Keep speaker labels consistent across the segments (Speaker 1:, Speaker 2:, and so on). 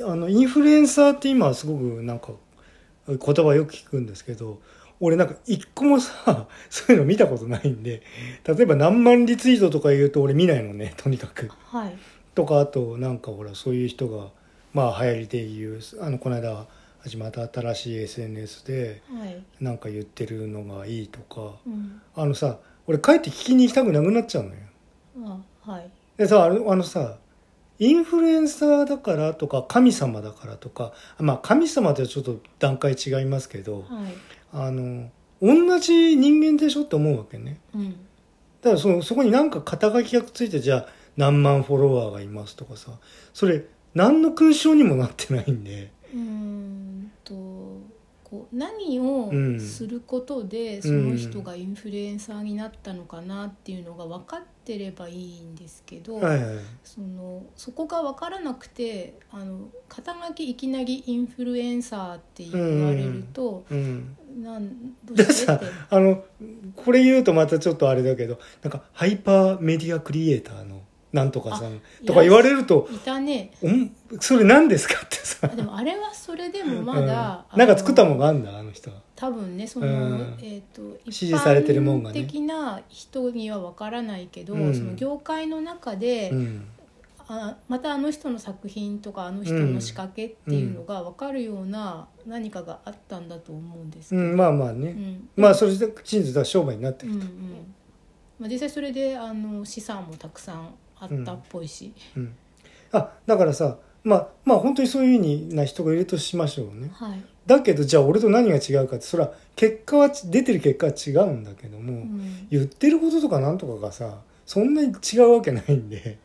Speaker 1: あのインフルエンサーって今すごくなんか言葉よく聞くんですけど俺なんか一個もさ そういうの見たことないんで例えば何万リツイートとか言うと俺見ないのね とにかく。
Speaker 2: はい
Speaker 1: とかあとなんかほらそういう人がまあ流行りで言うあのこの間始まった新しい SNS で
Speaker 2: はい
Speaker 1: なんか言ってるのがいいとか
Speaker 2: うん
Speaker 1: あのさ俺帰って聞きに行きたくなくなっちゃうのよ。
Speaker 2: あはい
Speaker 1: でさあのあのさインフルエンサーだからとか神様だからとかまあ神様とはちょっと段階違いますけど
Speaker 2: はい
Speaker 1: あの同じ人間でしょって思うわけね
Speaker 2: うん
Speaker 1: だからそのそこになんか肩書きがついてじゃあ何万フォロワーがいますとかさそれ何の勲章にもなってないんで
Speaker 2: うーんとこう何を
Speaker 1: うん
Speaker 2: することでその人がインフルエンサーになったのかなっていうのが分かってればいいんですけど、
Speaker 1: はいはい
Speaker 2: そのそこが分からなくてあの肩書きいきなりインフルエンサーって言われると、
Speaker 1: うん
Speaker 2: なんどう
Speaker 1: で
Speaker 2: してっ
Speaker 1: さ
Speaker 2: て
Speaker 1: あのこれ言うとまたちょっとあれだけどなんかハイパーメディアクリエイターのなんとかさんとか言われると
Speaker 2: いたね
Speaker 1: 「んそれ何ですか?」ってさ
Speaker 2: あでもあれはそれでもまだ、
Speaker 1: うん、なんか作ったもん
Speaker 2: ん
Speaker 1: があんだあの人は
Speaker 2: 多分ねその、
Speaker 1: うん
Speaker 2: えっ、と
Speaker 1: 支持されてるもんがね
Speaker 2: 一般的な人には分からないけど、
Speaker 1: うん
Speaker 2: その業界の中で、
Speaker 1: うん
Speaker 2: あまたあの人の作品とかあの人の仕掛けっていうのが分かるような何かがあったんだと思うんです
Speaker 1: う
Speaker 2: けど、
Speaker 1: ん、まあまあ
Speaker 2: う
Speaker 1: ね、
Speaker 2: ん
Speaker 1: まあそれで真実は商売になって
Speaker 2: うん
Speaker 1: る
Speaker 2: う
Speaker 1: と、
Speaker 2: んまあ、実際それであの資産もたくさんあったっぽいし、
Speaker 1: うんあだからさまあまあ本当にそういうふうな人がいるとしましょうね
Speaker 2: はい、
Speaker 1: だけどじゃあ俺と何が違うかってそれは結果は出てる結果は違うんだけども、
Speaker 2: うん
Speaker 1: 言ってることとかなんとかがさそんなに違うわけないんで、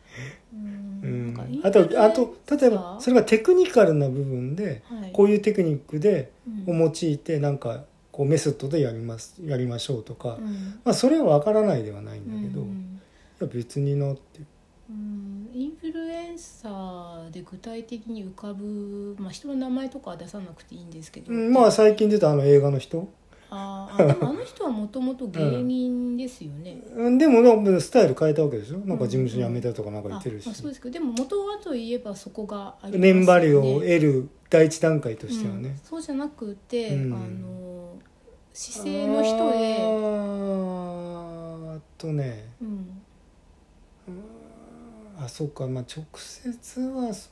Speaker 2: うん
Speaker 1: うん
Speaker 2: なんかインフ
Speaker 1: あ
Speaker 2: ルエン
Speaker 1: とあと例えばそれがテクニカルな部分で、
Speaker 2: はい
Speaker 1: こういうテクニックで
Speaker 2: うん
Speaker 1: を用いてなんかこうメソッドでやりますやりましょうとか、
Speaker 2: うん
Speaker 1: まあ、それは分からないではないんだけど、
Speaker 2: う
Speaker 1: い
Speaker 2: ん
Speaker 1: や別になっていう
Speaker 2: うんインフルエンサーで具体的に浮かぶ、まあ、人の名前とかは出さなくていいんですけど、
Speaker 1: うんまあ最近出たあの映画の人
Speaker 2: あーあでもあの人はもともと芸人ですよね。
Speaker 1: うんでもなんかスタイル変えたわけでしょなんか事務所辞めたとかなんか言
Speaker 2: あ
Speaker 1: ってるし、
Speaker 2: まあそうですけどでも元はといえばそこがありますよ
Speaker 1: メンバリを得る第一段階としては
Speaker 2: うん
Speaker 1: ね、
Speaker 2: そうじゃなくて、
Speaker 1: うん
Speaker 2: あの姿勢の人で、
Speaker 1: あーっとね
Speaker 2: うん、
Speaker 1: あそうかまあ直接はそ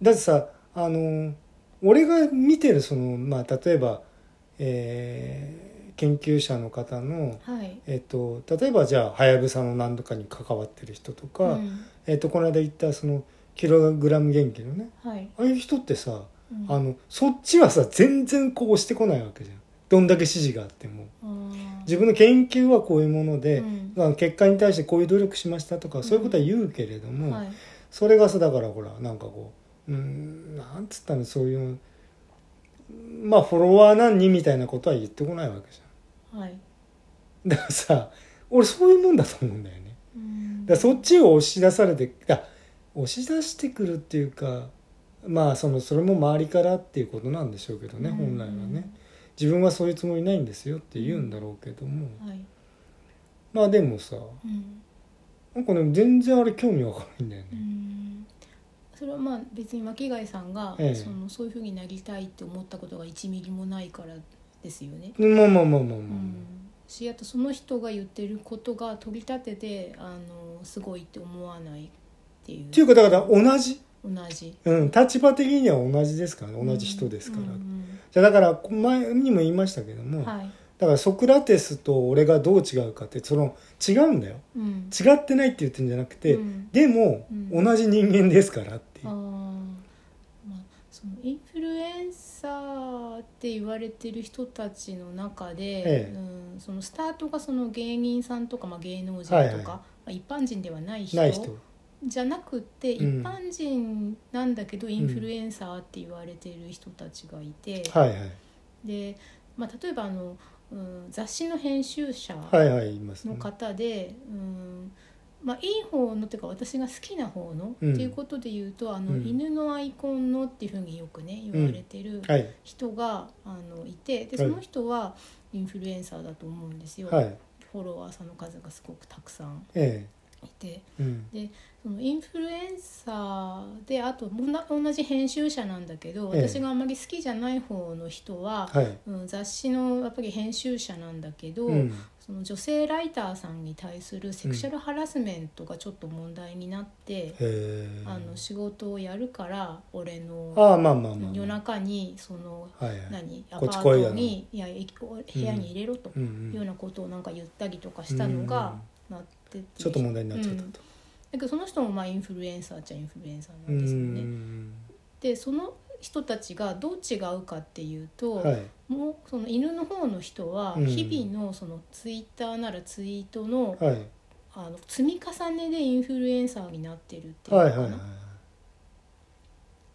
Speaker 1: だってさあの俺が見てるその、まあ、例えば、えー研究者の方の、
Speaker 2: はい。
Speaker 1: えっと、例えばじゃあはやぶさの何とかに関わってる人とか、
Speaker 2: うん
Speaker 1: えっと、この間言ったそのキログラム元気のね
Speaker 2: はい。
Speaker 1: ああいう人ってさ
Speaker 2: うん
Speaker 1: あのそっちはさ全然こう押してこないわけじゃんどんだけ指示があっても
Speaker 2: あー
Speaker 1: 自分の研究はこういうもので、
Speaker 2: うん
Speaker 1: まあ結果に対してこういう努力しましたとかそういうことは言うけれども、
Speaker 2: はい。
Speaker 1: それがさだからほらなんかこううーんなんつったのそういうまあフォロワー何人みたいなことは言ってこないわけじ
Speaker 2: はい。
Speaker 1: ゃんだからさ俺そういうもんだと思うんだよね
Speaker 2: うん
Speaker 1: だからそっちを押し出されてあ押し出してくるっていうかまあそのそれも周りからっていうことなんでしょうけどね、
Speaker 2: うん
Speaker 1: 本来はね自分はそういうつもりないんですよって言うんだろうけども、
Speaker 2: はい。
Speaker 1: まあでもさ
Speaker 2: うん。
Speaker 1: なんかね全然あれ興味わかんないんだよ
Speaker 2: う
Speaker 1: ね、
Speaker 2: んそれはまあ別に巻貝さんが、
Speaker 1: ええ
Speaker 2: そのそういうふうになりたいって思ったことが1ミリもないからですよね。
Speaker 1: まあまあまあまあまあ、
Speaker 2: うん、しあとその人が言ってることが取り立ててあのすごいって思わないっていう
Speaker 1: っていうかだから同じ
Speaker 2: 同じ
Speaker 1: うん、立場的には同じですからね同じ人ですから、
Speaker 2: うん
Speaker 1: じゃあだから前にも言いましたけど
Speaker 2: う
Speaker 1: も、
Speaker 2: んはい、
Speaker 1: だからソクラテスと俺がどう違うかってその違うんだよ
Speaker 2: うん、
Speaker 1: 違ってないって言ってるんじゃなくて、
Speaker 2: うん
Speaker 1: でも、
Speaker 2: うん
Speaker 1: 同じ人間ですからってい
Speaker 2: あー
Speaker 1: う、
Speaker 2: まあそのインフルエンサーって言われてる人たちの中で、
Speaker 1: ええ
Speaker 2: うん、そのスタートがその芸人さんとか、まあ、芸能人とか、
Speaker 1: はいはい
Speaker 2: まあ、一般人ではない人
Speaker 1: ない人
Speaker 2: じゃなくて一
Speaker 1: うん
Speaker 2: 般人なんだけどインフルエンサーって言われてる人たちがいて、
Speaker 1: はいはい
Speaker 2: で、まあ、例えばあの、うん、雑誌の編集者
Speaker 1: はいはい言います
Speaker 2: の
Speaker 1: ね
Speaker 2: 方で、うんまあ、いい方のっていうか私が好きな方の、
Speaker 1: うん
Speaker 2: っていうことで言うとあの、
Speaker 1: うん
Speaker 2: 犬のアイコンのっていうふうによくね言われてる
Speaker 1: はい
Speaker 2: 人が、あのいてで
Speaker 1: は
Speaker 2: そ
Speaker 1: い
Speaker 2: の人はインフルエンサーだと思うんですよ、
Speaker 1: はい
Speaker 2: フォロワーさんの数がすごくたくさん
Speaker 1: ええ
Speaker 2: いて
Speaker 1: うん
Speaker 2: そのインフルエンサーであともな同じ編集者なんだけど
Speaker 1: ええ
Speaker 2: 私があんまり好きじゃない方の人は、
Speaker 1: はい
Speaker 2: うん、雑誌のやっぱり編集者なんだけど、
Speaker 1: うん
Speaker 2: その女性ライターさんに対するセクシャルハラスメントがちょっと問題になって
Speaker 1: へ、え
Speaker 2: あの仕事をやるから俺の
Speaker 1: ああまあまあまあ、まあ、
Speaker 2: 夜中にその
Speaker 1: はいはい
Speaker 2: 何ア
Speaker 1: こ
Speaker 2: パ
Speaker 1: っち来い
Speaker 2: ー
Speaker 1: や
Speaker 2: ト
Speaker 1: の
Speaker 2: にいやい部屋に入れろと
Speaker 1: うんう
Speaker 2: いうようんなことをなんか言ったりとかしたのがなってて
Speaker 1: ちょっと問題になっちゃった
Speaker 2: うんだ
Speaker 1: と、
Speaker 2: けどその人もまあインフルエンサーっちゃインフルエンサー
Speaker 1: う
Speaker 2: な
Speaker 1: ん
Speaker 2: んですよね。でその人たちがどう違うかっていうと、
Speaker 1: はい
Speaker 2: もうその犬の方の人は
Speaker 1: うん
Speaker 2: 日々のそのツイッターならツイートの,、
Speaker 1: はい
Speaker 2: あの積み重ねでインフルエンサーになってるっていうの
Speaker 1: はいはい
Speaker 2: かな、
Speaker 1: はい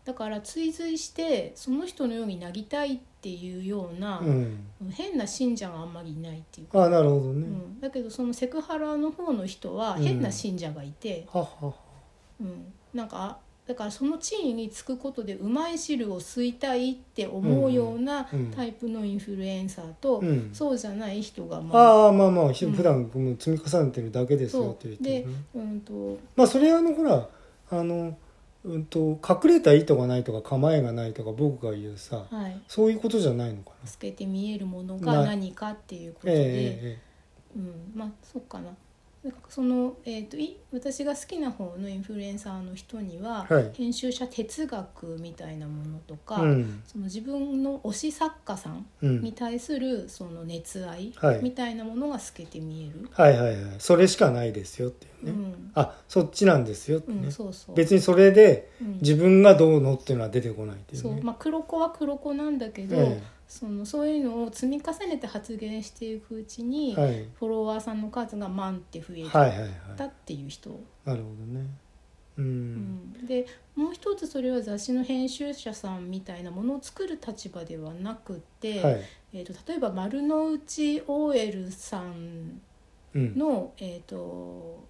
Speaker 2: だから追随してその人のようになりたいっていうような、
Speaker 1: うん
Speaker 2: 変な信者があんまりいないっていうか、
Speaker 1: ああなるほど
Speaker 2: う
Speaker 1: ね、
Speaker 2: ん、だけどそのセクハラの方の人は
Speaker 1: うん
Speaker 2: 変な信者がいて、
Speaker 1: ははは
Speaker 2: うんなんかあだからその地位につくことでうまい汁を吸いたいって思うような
Speaker 1: うん
Speaker 2: タイプのインフルエンサーと、
Speaker 1: うん
Speaker 2: そうじゃない人がまあ
Speaker 1: ああまあまあひ
Speaker 2: うん
Speaker 1: 普段もう積み重ねてるだけですよって言ってるね
Speaker 2: うんと
Speaker 1: まあそれはあのほらあのうんと隠れた意図がないとか構えがないとか僕が言うさ
Speaker 2: はい
Speaker 1: そういうことじゃないのかな
Speaker 2: 透けて見えるものが
Speaker 1: な
Speaker 2: 何かっていうこと
Speaker 1: ええ
Speaker 2: で、
Speaker 1: え
Speaker 2: うん、まあそうかな。なんかその、えー、とい私が好きな方のインフルエンサーの人には、
Speaker 1: はい
Speaker 2: 編集者哲学みたいなものと
Speaker 1: え
Speaker 2: か、
Speaker 1: ええうん
Speaker 2: その自分の推し作家さん
Speaker 1: うん
Speaker 2: に対するその熱愛
Speaker 1: はい
Speaker 2: みたいなものが透けて見える、
Speaker 1: はいはいはいそれしかないですよっていうね、
Speaker 2: うん
Speaker 1: あそっちなんですよって
Speaker 2: うん
Speaker 1: ね、
Speaker 2: そうそう
Speaker 1: 別にそれで
Speaker 2: うん
Speaker 1: 自分がどうのっていうのは出てこないっていう
Speaker 2: そう
Speaker 1: ね
Speaker 2: まあ、黒子は黒子なんだけど、
Speaker 1: え
Speaker 2: そのそういうのを積み重ねて発言していくうちに、
Speaker 1: えはい
Speaker 2: フォロワーさんの数が万って増え
Speaker 1: はい
Speaker 2: た
Speaker 1: はいはい
Speaker 2: っていう人、
Speaker 1: なるほどねう、
Speaker 2: うんんでもう一つそれは雑誌の編集者さんみたいなものを作る立場ではなくて、
Speaker 1: はい
Speaker 2: えー、と例えば丸の内 OL さん
Speaker 1: うん
Speaker 2: の、えー、と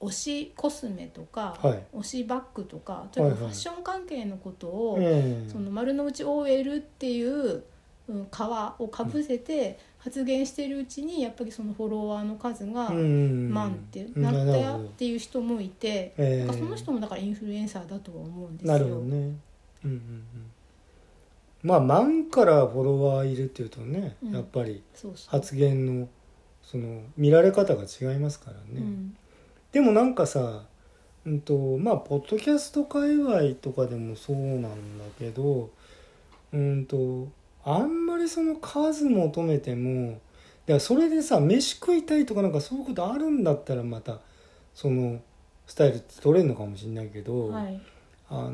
Speaker 2: 推しコスメとか、
Speaker 1: はい
Speaker 2: 推しバッグとかとにか
Speaker 1: はい
Speaker 2: くファ
Speaker 1: はい
Speaker 2: ッション関係のことを、
Speaker 1: ええ
Speaker 2: その丸の内 OL っていう、うん、皮をかぶせて発言してるうちにやっぱりそのフォロワーの数が
Speaker 1: うん
Speaker 2: 万って
Speaker 1: うん
Speaker 2: なった
Speaker 1: なるほ
Speaker 2: よっ
Speaker 1: ど
Speaker 2: ていう人もいて、
Speaker 1: ええ
Speaker 2: なんかその人もだからインフルエンサーだとは思うんですよ。
Speaker 1: なるほどねうんうんうんまあ万からフォロワーいるっていうとね、
Speaker 2: うん
Speaker 1: やっぱり
Speaker 2: そうそう
Speaker 1: 発言のその見られ方が違いますからね、
Speaker 2: うん
Speaker 1: でもなんかさうんとまあポッドキャスト界隈とかでもそうなんだけどうんとあんまりその数求めてもだからそれでさ飯食いたいとかなんかそういうことあるんだったらまたそのスタイルって取れるのかもしれないけど、
Speaker 2: はい
Speaker 1: あの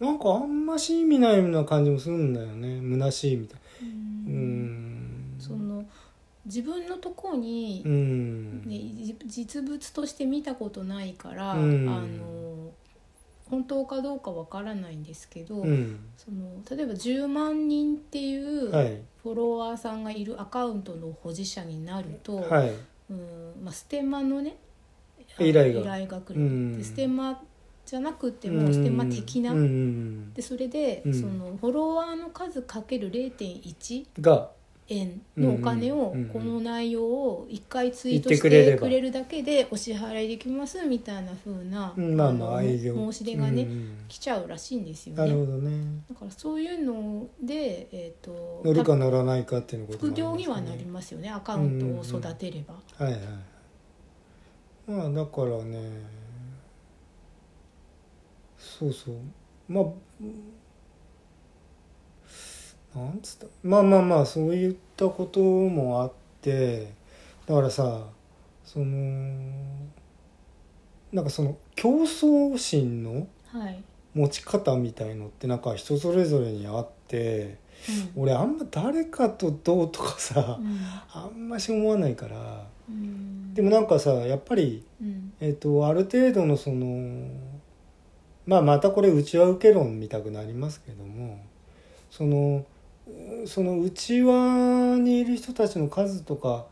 Speaker 1: なんかあんまし意味ないような感じもするんだよね虚しいみたいな
Speaker 2: う
Speaker 1: うんん
Speaker 2: その自分のとこに
Speaker 1: う、ん、
Speaker 2: ね、じ実物として見たことないから、
Speaker 1: うん
Speaker 2: あの本当かどうかわからないんですけど、
Speaker 1: うん
Speaker 2: その例えば10万人っていう
Speaker 1: はい
Speaker 2: フォロワーさんがいるアカウントの保持者になると、
Speaker 1: はい
Speaker 2: うんまあ、ステマのね
Speaker 1: 依頼が
Speaker 2: 依頼が来
Speaker 1: う
Speaker 2: る、
Speaker 1: ん
Speaker 2: でステマじゃなくてもステマ的な、
Speaker 1: うんうんうん
Speaker 2: でそれで、
Speaker 1: うん
Speaker 2: そのフォロワーの数かける0.1
Speaker 1: が
Speaker 2: 円のお金を、
Speaker 1: うんうんうんうん
Speaker 2: この内容を1回ツイート
Speaker 1: 言っ
Speaker 2: して
Speaker 1: くれれ
Speaker 2: て
Speaker 1: ば
Speaker 2: くれるだけでお支払いできますみたいな風な、
Speaker 1: うんまあまあ
Speaker 2: の
Speaker 1: 営業
Speaker 2: 申し出がね、
Speaker 1: うんうん
Speaker 2: 来ちゃうらしいんですよ
Speaker 1: なる
Speaker 2: ね
Speaker 1: ほどね
Speaker 2: だからそういうので、えー、と
Speaker 1: 乗るか乗らないかっていうこと
Speaker 2: 副業には
Speaker 1: り
Speaker 2: なりますよねアカウントを育てれば、
Speaker 1: はいはいまあだからねそうそうまあうんなんつったまあまあまあそういったこともあってだからさそのなんかその競争心の
Speaker 2: はい、
Speaker 1: 持ち方みたいのってなんか人それぞれにあって
Speaker 2: うん
Speaker 1: 俺あんま誰かとどうとかさ
Speaker 2: うん
Speaker 1: あんまし思わないから。
Speaker 2: うん
Speaker 1: でもなんかさやっぱり、
Speaker 2: うん
Speaker 1: えっとある程度のそのまあまたこれうちは受け論みたくなりますけどもそのうそのうちわにいる人たちの数とか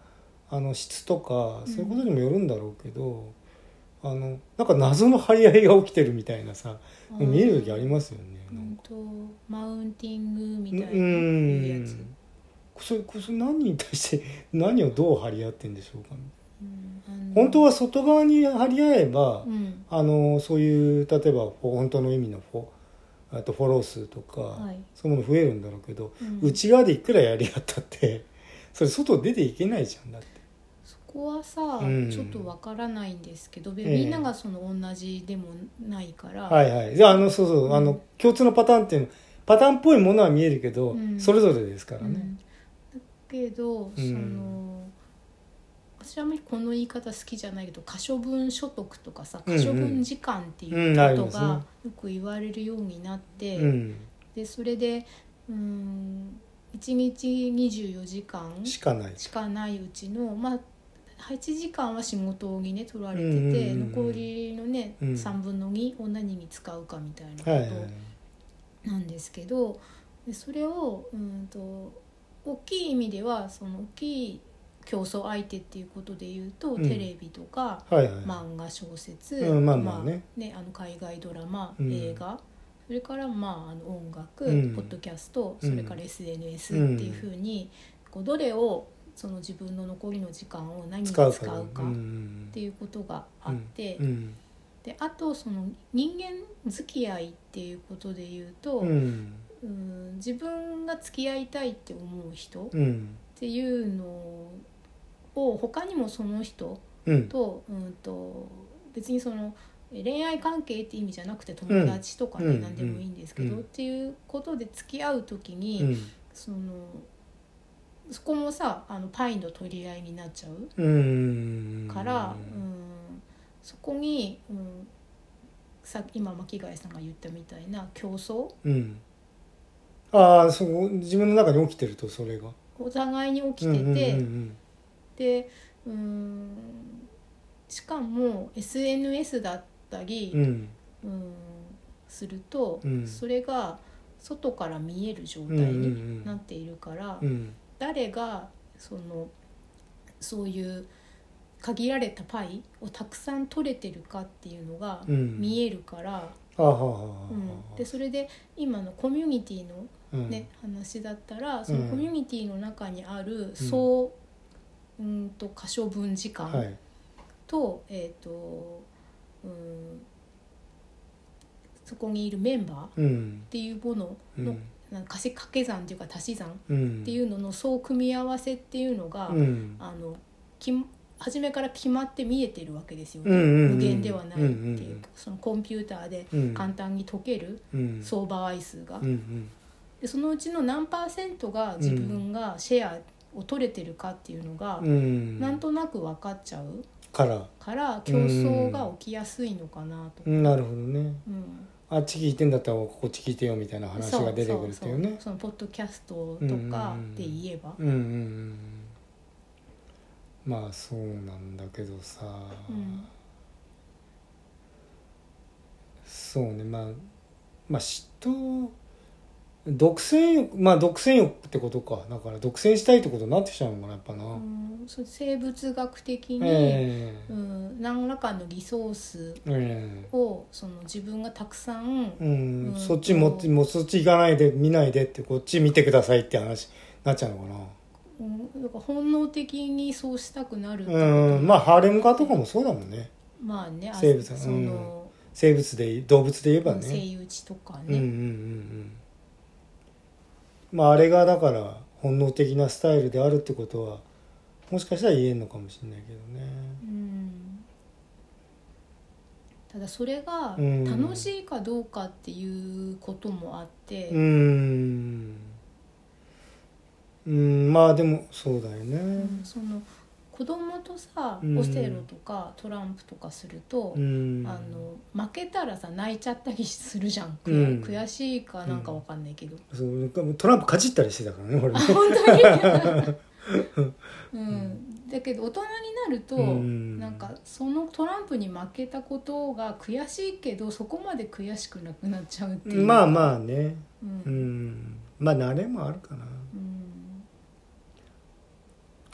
Speaker 1: あの質とか
Speaker 2: ん
Speaker 1: そういうことにもよるんだろうけど、あのなんか謎の張り合いが起きてるみたいなさ見える時ありますよね。
Speaker 2: う
Speaker 1: なんん
Speaker 2: とマウンティングみたいな
Speaker 1: う
Speaker 2: いうやつ
Speaker 1: んそれこそ何に対して何をどう張り合ってんでしょうか
Speaker 2: ううん
Speaker 1: 本当は外側に張り合えば、
Speaker 2: うん
Speaker 1: あのそういう例えばフォ本当の意味のフォあとフォロー数とか、
Speaker 2: はい
Speaker 1: そういうもの増えるんだろうけど、
Speaker 2: うん
Speaker 1: 内側でいくらやり合ったってそれ外出ていけないじゃんだって。
Speaker 2: そこはさ、
Speaker 1: うん
Speaker 2: ちょっとわからないんですけど、べ
Speaker 1: ええ
Speaker 2: みんながその同じでもないから、
Speaker 1: はいはい、じゃああのそうそう、
Speaker 2: うん
Speaker 1: あの共通のパターンっていうのパターンっぽいものは見えるけど、
Speaker 2: うん
Speaker 1: それぞれですから
Speaker 2: う
Speaker 1: ね。
Speaker 2: んだけど、
Speaker 1: うん
Speaker 2: その私はあんまりこの言い方好きじゃないけど可処分所得とかさ
Speaker 1: うん
Speaker 2: 可
Speaker 1: うん
Speaker 2: 処分時間っていう
Speaker 1: うんあり
Speaker 2: こと
Speaker 1: ますね
Speaker 2: がよく言われるようになって、
Speaker 1: うん、
Speaker 2: でそれでうん1日24時間
Speaker 1: しかない。
Speaker 2: しかないうちのまあ8時間は仕事にね取られてて、
Speaker 1: うんうんうん
Speaker 2: 残りのね、
Speaker 1: うん
Speaker 2: 3分の2を何に使うかみたいなこ
Speaker 1: はいはいはい
Speaker 2: となんですけど、でそれをうんと大きい意味ではその大きい競争相手っていうことで言うと、
Speaker 1: うん
Speaker 2: テレビとか
Speaker 1: はいはい
Speaker 2: 漫画小説、
Speaker 1: うんまあまあね
Speaker 2: あの海外ドラマ、
Speaker 1: うん
Speaker 2: 映画それから、まあ、あの音楽、
Speaker 1: うん
Speaker 2: ポッドキャスト
Speaker 1: う
Speaker 2: そ
Speaker 1: ん
Speaker 2: れから SNS っていうふうに、こうどれをその自分の残りの時間を何に使
Speaker 1: 使
Speaker 2: う
Speaker 1: うか
Speaker 2: かっ
Speaker 1: うん
Speaker 2: ていうことがあって、
Speaker 1: うん
Speaker 2: であとその人間付き合いっていうことで言うと、
Speaker 1: うん
Speaker 2: うん自分が付き合いたいって思う人っ
Speaker 1: うん
Speaker 2: ていうのを他にもその人
Speaker 1: うん
Speaker 2: と,、うん、と別にそのえ恋愛関係って意味じゃなくて友達とかね、
Speaker 1: うん
Speaker 2: 何でもいいんですけど、
Speaker 1: うん
Speaker 2: っていうことで付き合う時に、
Speaker 1: うん
Speaker 2: そのそこもさあのパイの取り合いになっちゃう
Speaker 1: うん
Speaker 2: から、うん、そこに、うん、さ今巻貝さんが言ったみたいな競争
Speaker 1: うんああそう自分の中に起きてるとそれが
Speaker 2: お互いに起きてて、
Speaker 1: うん
Speaker 2: でうんしかも SNS だったり、
Speaker 1: うんうん
Speaker 2: うんすると、
Speaker 1: うん
Speaker 2: それが外から見える状
Speaker 1: う
Speaker 2: 態
Speaker 1: んうんうん
Speaker 2: になっているから、
Speaker 1: うん
Speaker 2: 誰がそのそういう限られたパイをたくさん取れてるかっていうのが
Speaker 1: うん
Speaker 2: 見えるから、
Speaker 1: あーはーはーは
Speaker 2: う
Speaker 1: ー
Speaker 2: ん
Speaker 1: はー
Speaker 2: でそれで今のコミュニティの
Speaker 1: うん
Speaker 2: ね、話だったらその
Speaker 1: うん
Speaker 2: コミュニティの中にある総、うーんと可処分時間、
Speaker 1: はい
Speaker 2: と,、えーとうん、そこにいるメンバーっ
Speaker 1: うん
Speaker 2: ていうもの
Speaker 1: う
Speaker 2: の、
Speaker 1: ん
Speaker 2: なんか足し掛け算というか足し算っ
Speaker 1: うん
Speaker 2: ていうのの総組み合わせっていうのが、
Speaker 1: うん
Speaker 2: あのき初めから決まって見えてるわけですよね、
Speaker 1: うんうんうん
Speaker 2: 無限ではないっていう,、
Speaker 1: うんうんうん
Speaker 2: そのコンピューターで
Speaker 1: うん
Speaker 2: 簡単に解ける
Speaker 1: うん
Speaker 2: 相場愛数が、
Speaker 1: うんうん
Speaker 2: でそのうちの何パーセントが自分がシェアを取れてるかっていうのが、
Speaker 1: うん
Speaker 2: なんとなく分かっちゃう。
Speaker 1: から
Speaker 2: から競争が起きやすいのかなと、
Speaker 1: うんなるほどね
Speaker 2: うん
Speaker 1: あっち聞いてんだったらこっち聞いてよみたいな話
Speaker 2: そう
Speaker 1: が出てくるっていうね
Speaker 2: そうそうそのポッドキャストとかで言えば、
Speaker 1: うんうんうんまあそうなんだけどさ、
Speaker 2: うん
Speaker 1: そうねまあまあ嫉妬独占欲まあ独占欲ってことかだから独占したいってことになってきちゃうのかなやっぱな、
Speaker 2: うんそう生物学的に、
Speaker 1: ええ
Speaker 2: うん、何らかのリソース
Speaker 1: え
Speaker 2: をその自分がたくさん
Speaker 1: えうん、
Speaker 2: うん
Speaker 1: そっちもっちもうそっち行かないで見ないでってこっち見てくださいって話になっちゃうのかな
Speaker 2: うん、なんか本能的にそうしたくなる、
Speaker 1: うんまあハーレム化とかもそうだもんね
Speaker 2: まあねあ
Speaker 1: 生物
Speaker 2: その、
Speaker 1: 生物で動物で言えば
Speaker 2: うん
Speaker 1: ね
Speaker 2: セイウチとか
Speaker 1: うんうんうんう
Speaker 2: ね、
Speaker 1: んまああれがだから本能的なスタイルであるってことはもしかしたら言えんのかもしれないけどね
Speaker 2: うんただそれが
Speaker 1: うん
Speaker 2: 楽しいかどうかっていうこともあって、
Speaker 1: うーんうんまあでもそうだよね
Speaker 2: その子供とさ
Speaker 1: うん
Speaker 2: オセロとかトランプとかすると、
Speaker 1: うん
Speaker 2: あの負けたらさ泣いちゃったりするじゃん、悔
Speaker 1: うん
Speaker 2: 悔しいかなんかわかんないけど、
Speaker 1: そうトランプかじったりしてたからね俺ね
Speaker 2: あ本当に、うん、だけど大人になると、
Speaker 1: うん
Speaker 2: なんかそのトランプに負けたことが悔しいけどそこまで悔しくなくなっちゃうっていう
Speaker 1: まあまあね
Speaker 2: う
Speaker 1: うんんまあ慣れもあるかな
Speaker 2: うん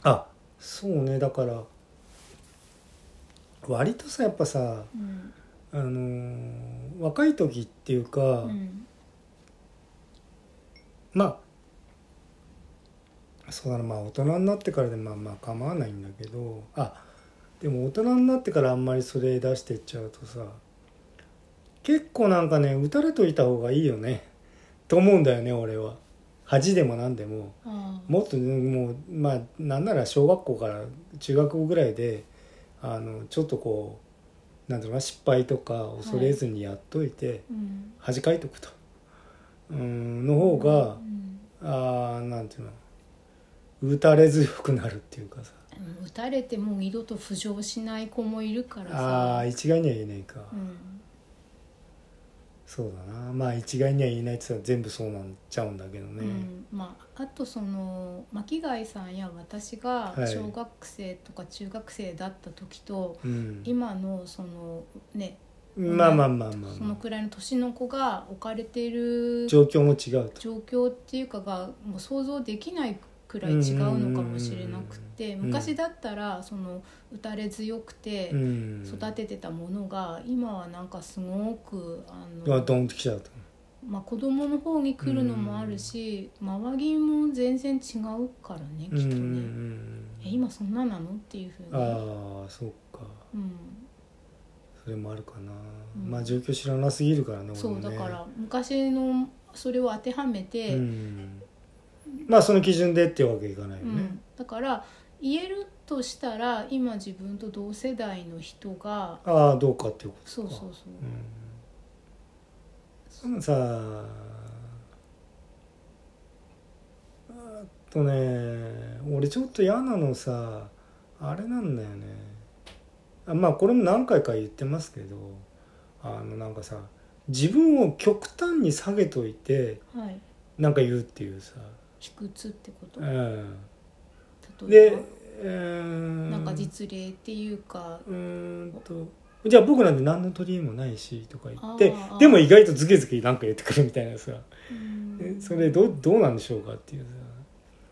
Speaker 1: あそうねだから割とさやっぱさ
Speaker 2: うん
Speaker 1: あのー若い時っていうか、
Speaker 2: うん
Speaker 1: まあそうだなまあ大人になってからでまあまあ構わないんだけどあでも大人になってからあんまりそれ出してっちゃうとさ結構なんかね打たれといた方がいいよねと思うんだよね俺は恥でも何でも
Speaker 2: ああ
Speaker 1: もっとねもうまあなんなら小学校から中学校ぐらいであのちょっとこうなんだろうな失敗とか恐れずにやっといて、
Speaker 2: うん
Speaker 1: 恥かいとくとうんの方が
Speaker 2: う、ん
Speaker 1: あーなんていうの打たれ強くなるっていうかさ
Speaker 2: うん打たれてもう二度と浮上しない子もいるからさ
Speaker 1: あー一概には言えないか、
Speaker 2: うん
Speaker 1: そうだなまあ一概には言えないって言ったら全部そうなんちゃうんだけど
Speaker 2: う
Speaker 1: ね、
Speaker 2: んまあ、あとその巻貝さんや私が
Speaker 1: はい
Speaker 2: 小学生とか中学生だった時と、
Speaker 1: うん
Speaker 2: 今のそのね
Speaker 1: まあまあまあまあ、まあ
Speaker 2: そのくらいの年の子が置かれている
Speaker 1: 状況も違うと
Speaker 2: 状況っていうかがもう想像できないくらい違うのかもしれなく
Speaker 1: うん
Speaker 2: て
Speaker 1: うんうんうん
Speaker 2: 昔だったらその打たれ強くて
Speaker 1: うん
Speaker 2: 育ててたものが今はなんかすごくあ
Speaker 1: が
Speaker 2: の、
Speaker 1: ドンときちゃうと
Speaker 2: まあ、子供の方に来るのもあるし周りも全然違うからね
Speaker 1: う
Speaker 2: き
Speaker 1: ん
Speaker 2: っと
Speaker 1: うんう
Speaker 2: ね。
Speaker 1: ん
Speaker 2: え今そんななのっていうふうに、
Speaker 1: ああそうか
Speaker 2: うん、
Speaker 1: それもあるかな、
Speaker 2: うん
Speaker 1: まあ状況知らなすぎるからね俺
Speaker 2: そ
Speaker 1: も
Speaker 2: う
Speaker 1: ね
Speaker 2: だから昔のそれを当てはめて、
Speaker 1: うん、まあその基準でっていうわけいかないよ
Speaker 2: う
Speaker 1: ね、
Speaker 2: ん、だから言えるとしたら今自分と同世代の人が
Speaker 1: ああどうかっていうことか
Speaker 2: そうそうそう
Speaker 1: う、んそのさああとね俺ちょっと嫌なのさあれなんだよねあまあこれも何回か言ってますけどあのなんかさ自分を極端に下げといて
Speaker 2: はい
Speaker 1: なんか言うっていうさ、
Speaker 2: 卑屈ってこと
Speaker 1: うん、
Speaker 2: 例え
Speaker 1: で
Speaker 2: ば、
Speaker 1: うーん、
Speaker 2: なんか実例っていうか
Speaker 1: うーんとじゃあ僕なんて何の取り柄もないしとか言って
Speaker 2: あー
Speaker 1: でも意外とズケズケなんか言ってくるみたいなさ
Speaker 2: うん
Speaker 1: えそれどうどうなんでしょうかっていうさ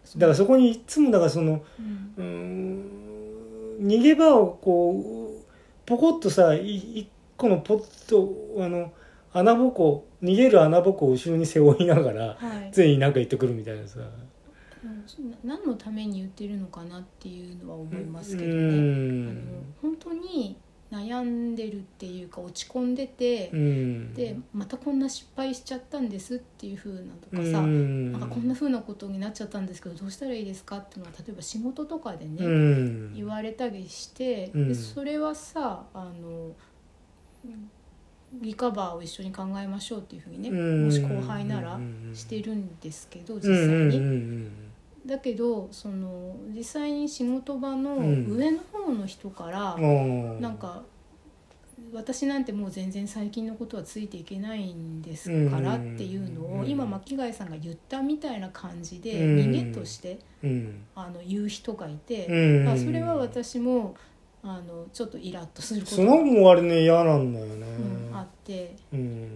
Speaker 2: そう
Speaker 1: だからそこにいつもだからその
Speaker 2: うん
Speaker 1: うーん逃げ場をこうポコッとさい一個のポッとあの穴ぼこ逃げる穴ぼこを後ろに背負いながら
Speaker 2: はい
Speaker 1: 常になんか言ってくるみたいなさ
Speaker 2: うんな何のために言ってるのかなっていうのは思いますけど
Speaker 1: う
Speaker 2: ねあの
Speaker 1: ん
Speaker 2: 本当に悩んでるっていうか落ち込んでて、
Speaker 1: うん
Speaker 2: でまたこんな失敗しちゃったんですっていうふうなとかさ、
Speaker 1: うん
Speaker 2: なんかこんな風なことになっちゃったんですけどどうしたらいいですかっていうのは例えば仕事とかでね、
Speaker 1: うん
Speaker 2: 言われたりして、
Speaker 1: うん
Speaker 2: でそれはさあのリカバーを一緒に考えましょうっていうふうにね、もし後輩ならしてるんですけど実際に、だけどその実際に仕事場の
Speaker 1: うん
Speaker 2: 上の方の人から、
Speaker 1: な
Speaker 2: なんか私なんてもう全然最近のことはついていけないんですからっていうの
Speaker 1: う
Speaker 2: を
Speaker 1: ん
Speaker 2: 今巻貝さんが言ったみたいな感じで
Speaker 1: うん
Speaker 2: 逃げとして
Speaker 1: うん
Speaker 2: あの言う人がいて、ま
Speaker 1: う
Speaker 2: あ、
Speaker 1: ん、
Speaker 2: それは私もあのちょっとイラッとすること
Speaker 1: そのもあれね嫌なんだよね、
Speaker 2: うんあって、
Speaker 1: うん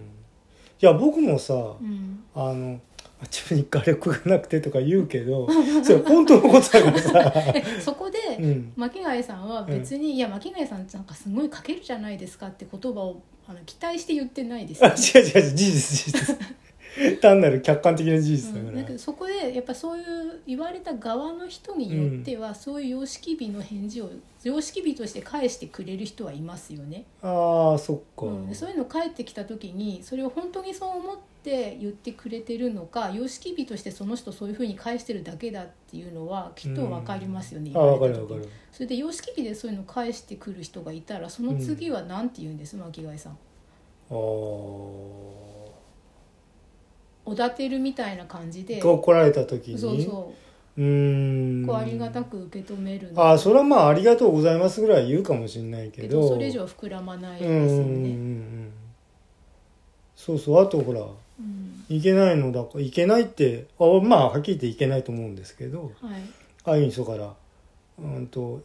Speaker 1: いや僕もさ、
Speaker 2: うん、
Speaker 1: あの自分に画力がなくてとか言うけどそれ本当のことだから さ、
Speaker 2: えそこ
Speaker 1: う
Speaker 2: で
Speaker 1: ん、
Speaker 2: 巻貝さんは別に、いや巻貝さんなんかすごい書けるじゃないですかって言葉をあの期待して言ってないです
Speaker 1: あ
Speaker 2: よね
Speaker 1: 違う違う違う事実 事実単なる客観的な事
Speaker 2: う
Speaker 1: 実だか
Speaker 2: ん、
Speaker 1: ら、
Speaker 2: だけどそこでやっぱそういう言われた側の人によっては、そういう様式美の返事を様式美として返してくれる人はいますよね、
Speaker 1: ああそっか、
Speaker 2: うん、でそういうの返ってきた時にそれを本当にそう思って言ってくれてるのか様式美としてその人そういうふうに返してるだけだっていうのはきっと分かりますよね、
Speaker 1: あ
Speaker 2: 言わ
Speaker 1: わ
Speaker 2: れ
Speaker 1: か
Speaker 2: た
Speaker 1: る
Speaker 2: 時
Speaker 1: わかる
Speaker 2: それで様式美でそういうの返してくる人がいたらその次は何て言うんです巻貝さん。
Speaker 1: ああ
Speaker 2: おだてるみたいな感じでそ
Speaker 1: 怒られた時
Speaker 2: う
Speaker 1: に
Speaker 2: そう
Speaker 1: ー
Speaker 2: うんこうありがたく受け止めるの
Speaker 1: ああそれはまあありがとうございますぐらい言うかもしれないけ
Speaker 2: け
Speaker 1: ど
Speaker 2: どそれ以上は膨らまないです
Speaker 1: うんうんう
Speaker 2: よ
Speaker 1: んう
Speaker 2: ね。
Speaker 1: んそうそうあとほら
Speaker 2: うん
Speaker 1: いけないのだからいけないってあまあはっきり言っていけないと思うんですけど
Speaker 2: はい。
Speaker 1: ああいう人からうんと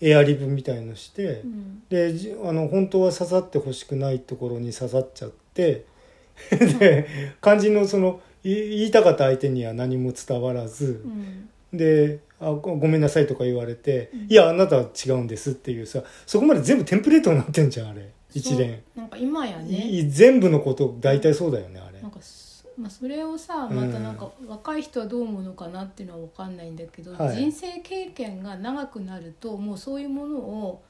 Speaker 1: エアリブみたいのして、
Speaker 2: うん
Speaker 1: でじあの本当は刺さってほしくないところに刺さっちゃって で肝心のそのい言いたかった相手には何も伝わらず
Speaker 2: う、ん
Speaker 1: であごごめんなさいとか言われて、
Speaker 2: うん
Speaker 1: いやあなたは違うんですっていうさそこまで全部テンプレートになってんじゃんあれ一連、
Speaker 2: そうなんか今やね
Speaker 1: い全部のこと大体そうだよねあれ
Speaker 2: なんかすまあ、それをさまたなんか若い人はどう思うのかなっていうのは分かんないんだけど、
Speaker 1: はい
Speaker 2: 人生経験が長くなるともうそういうものを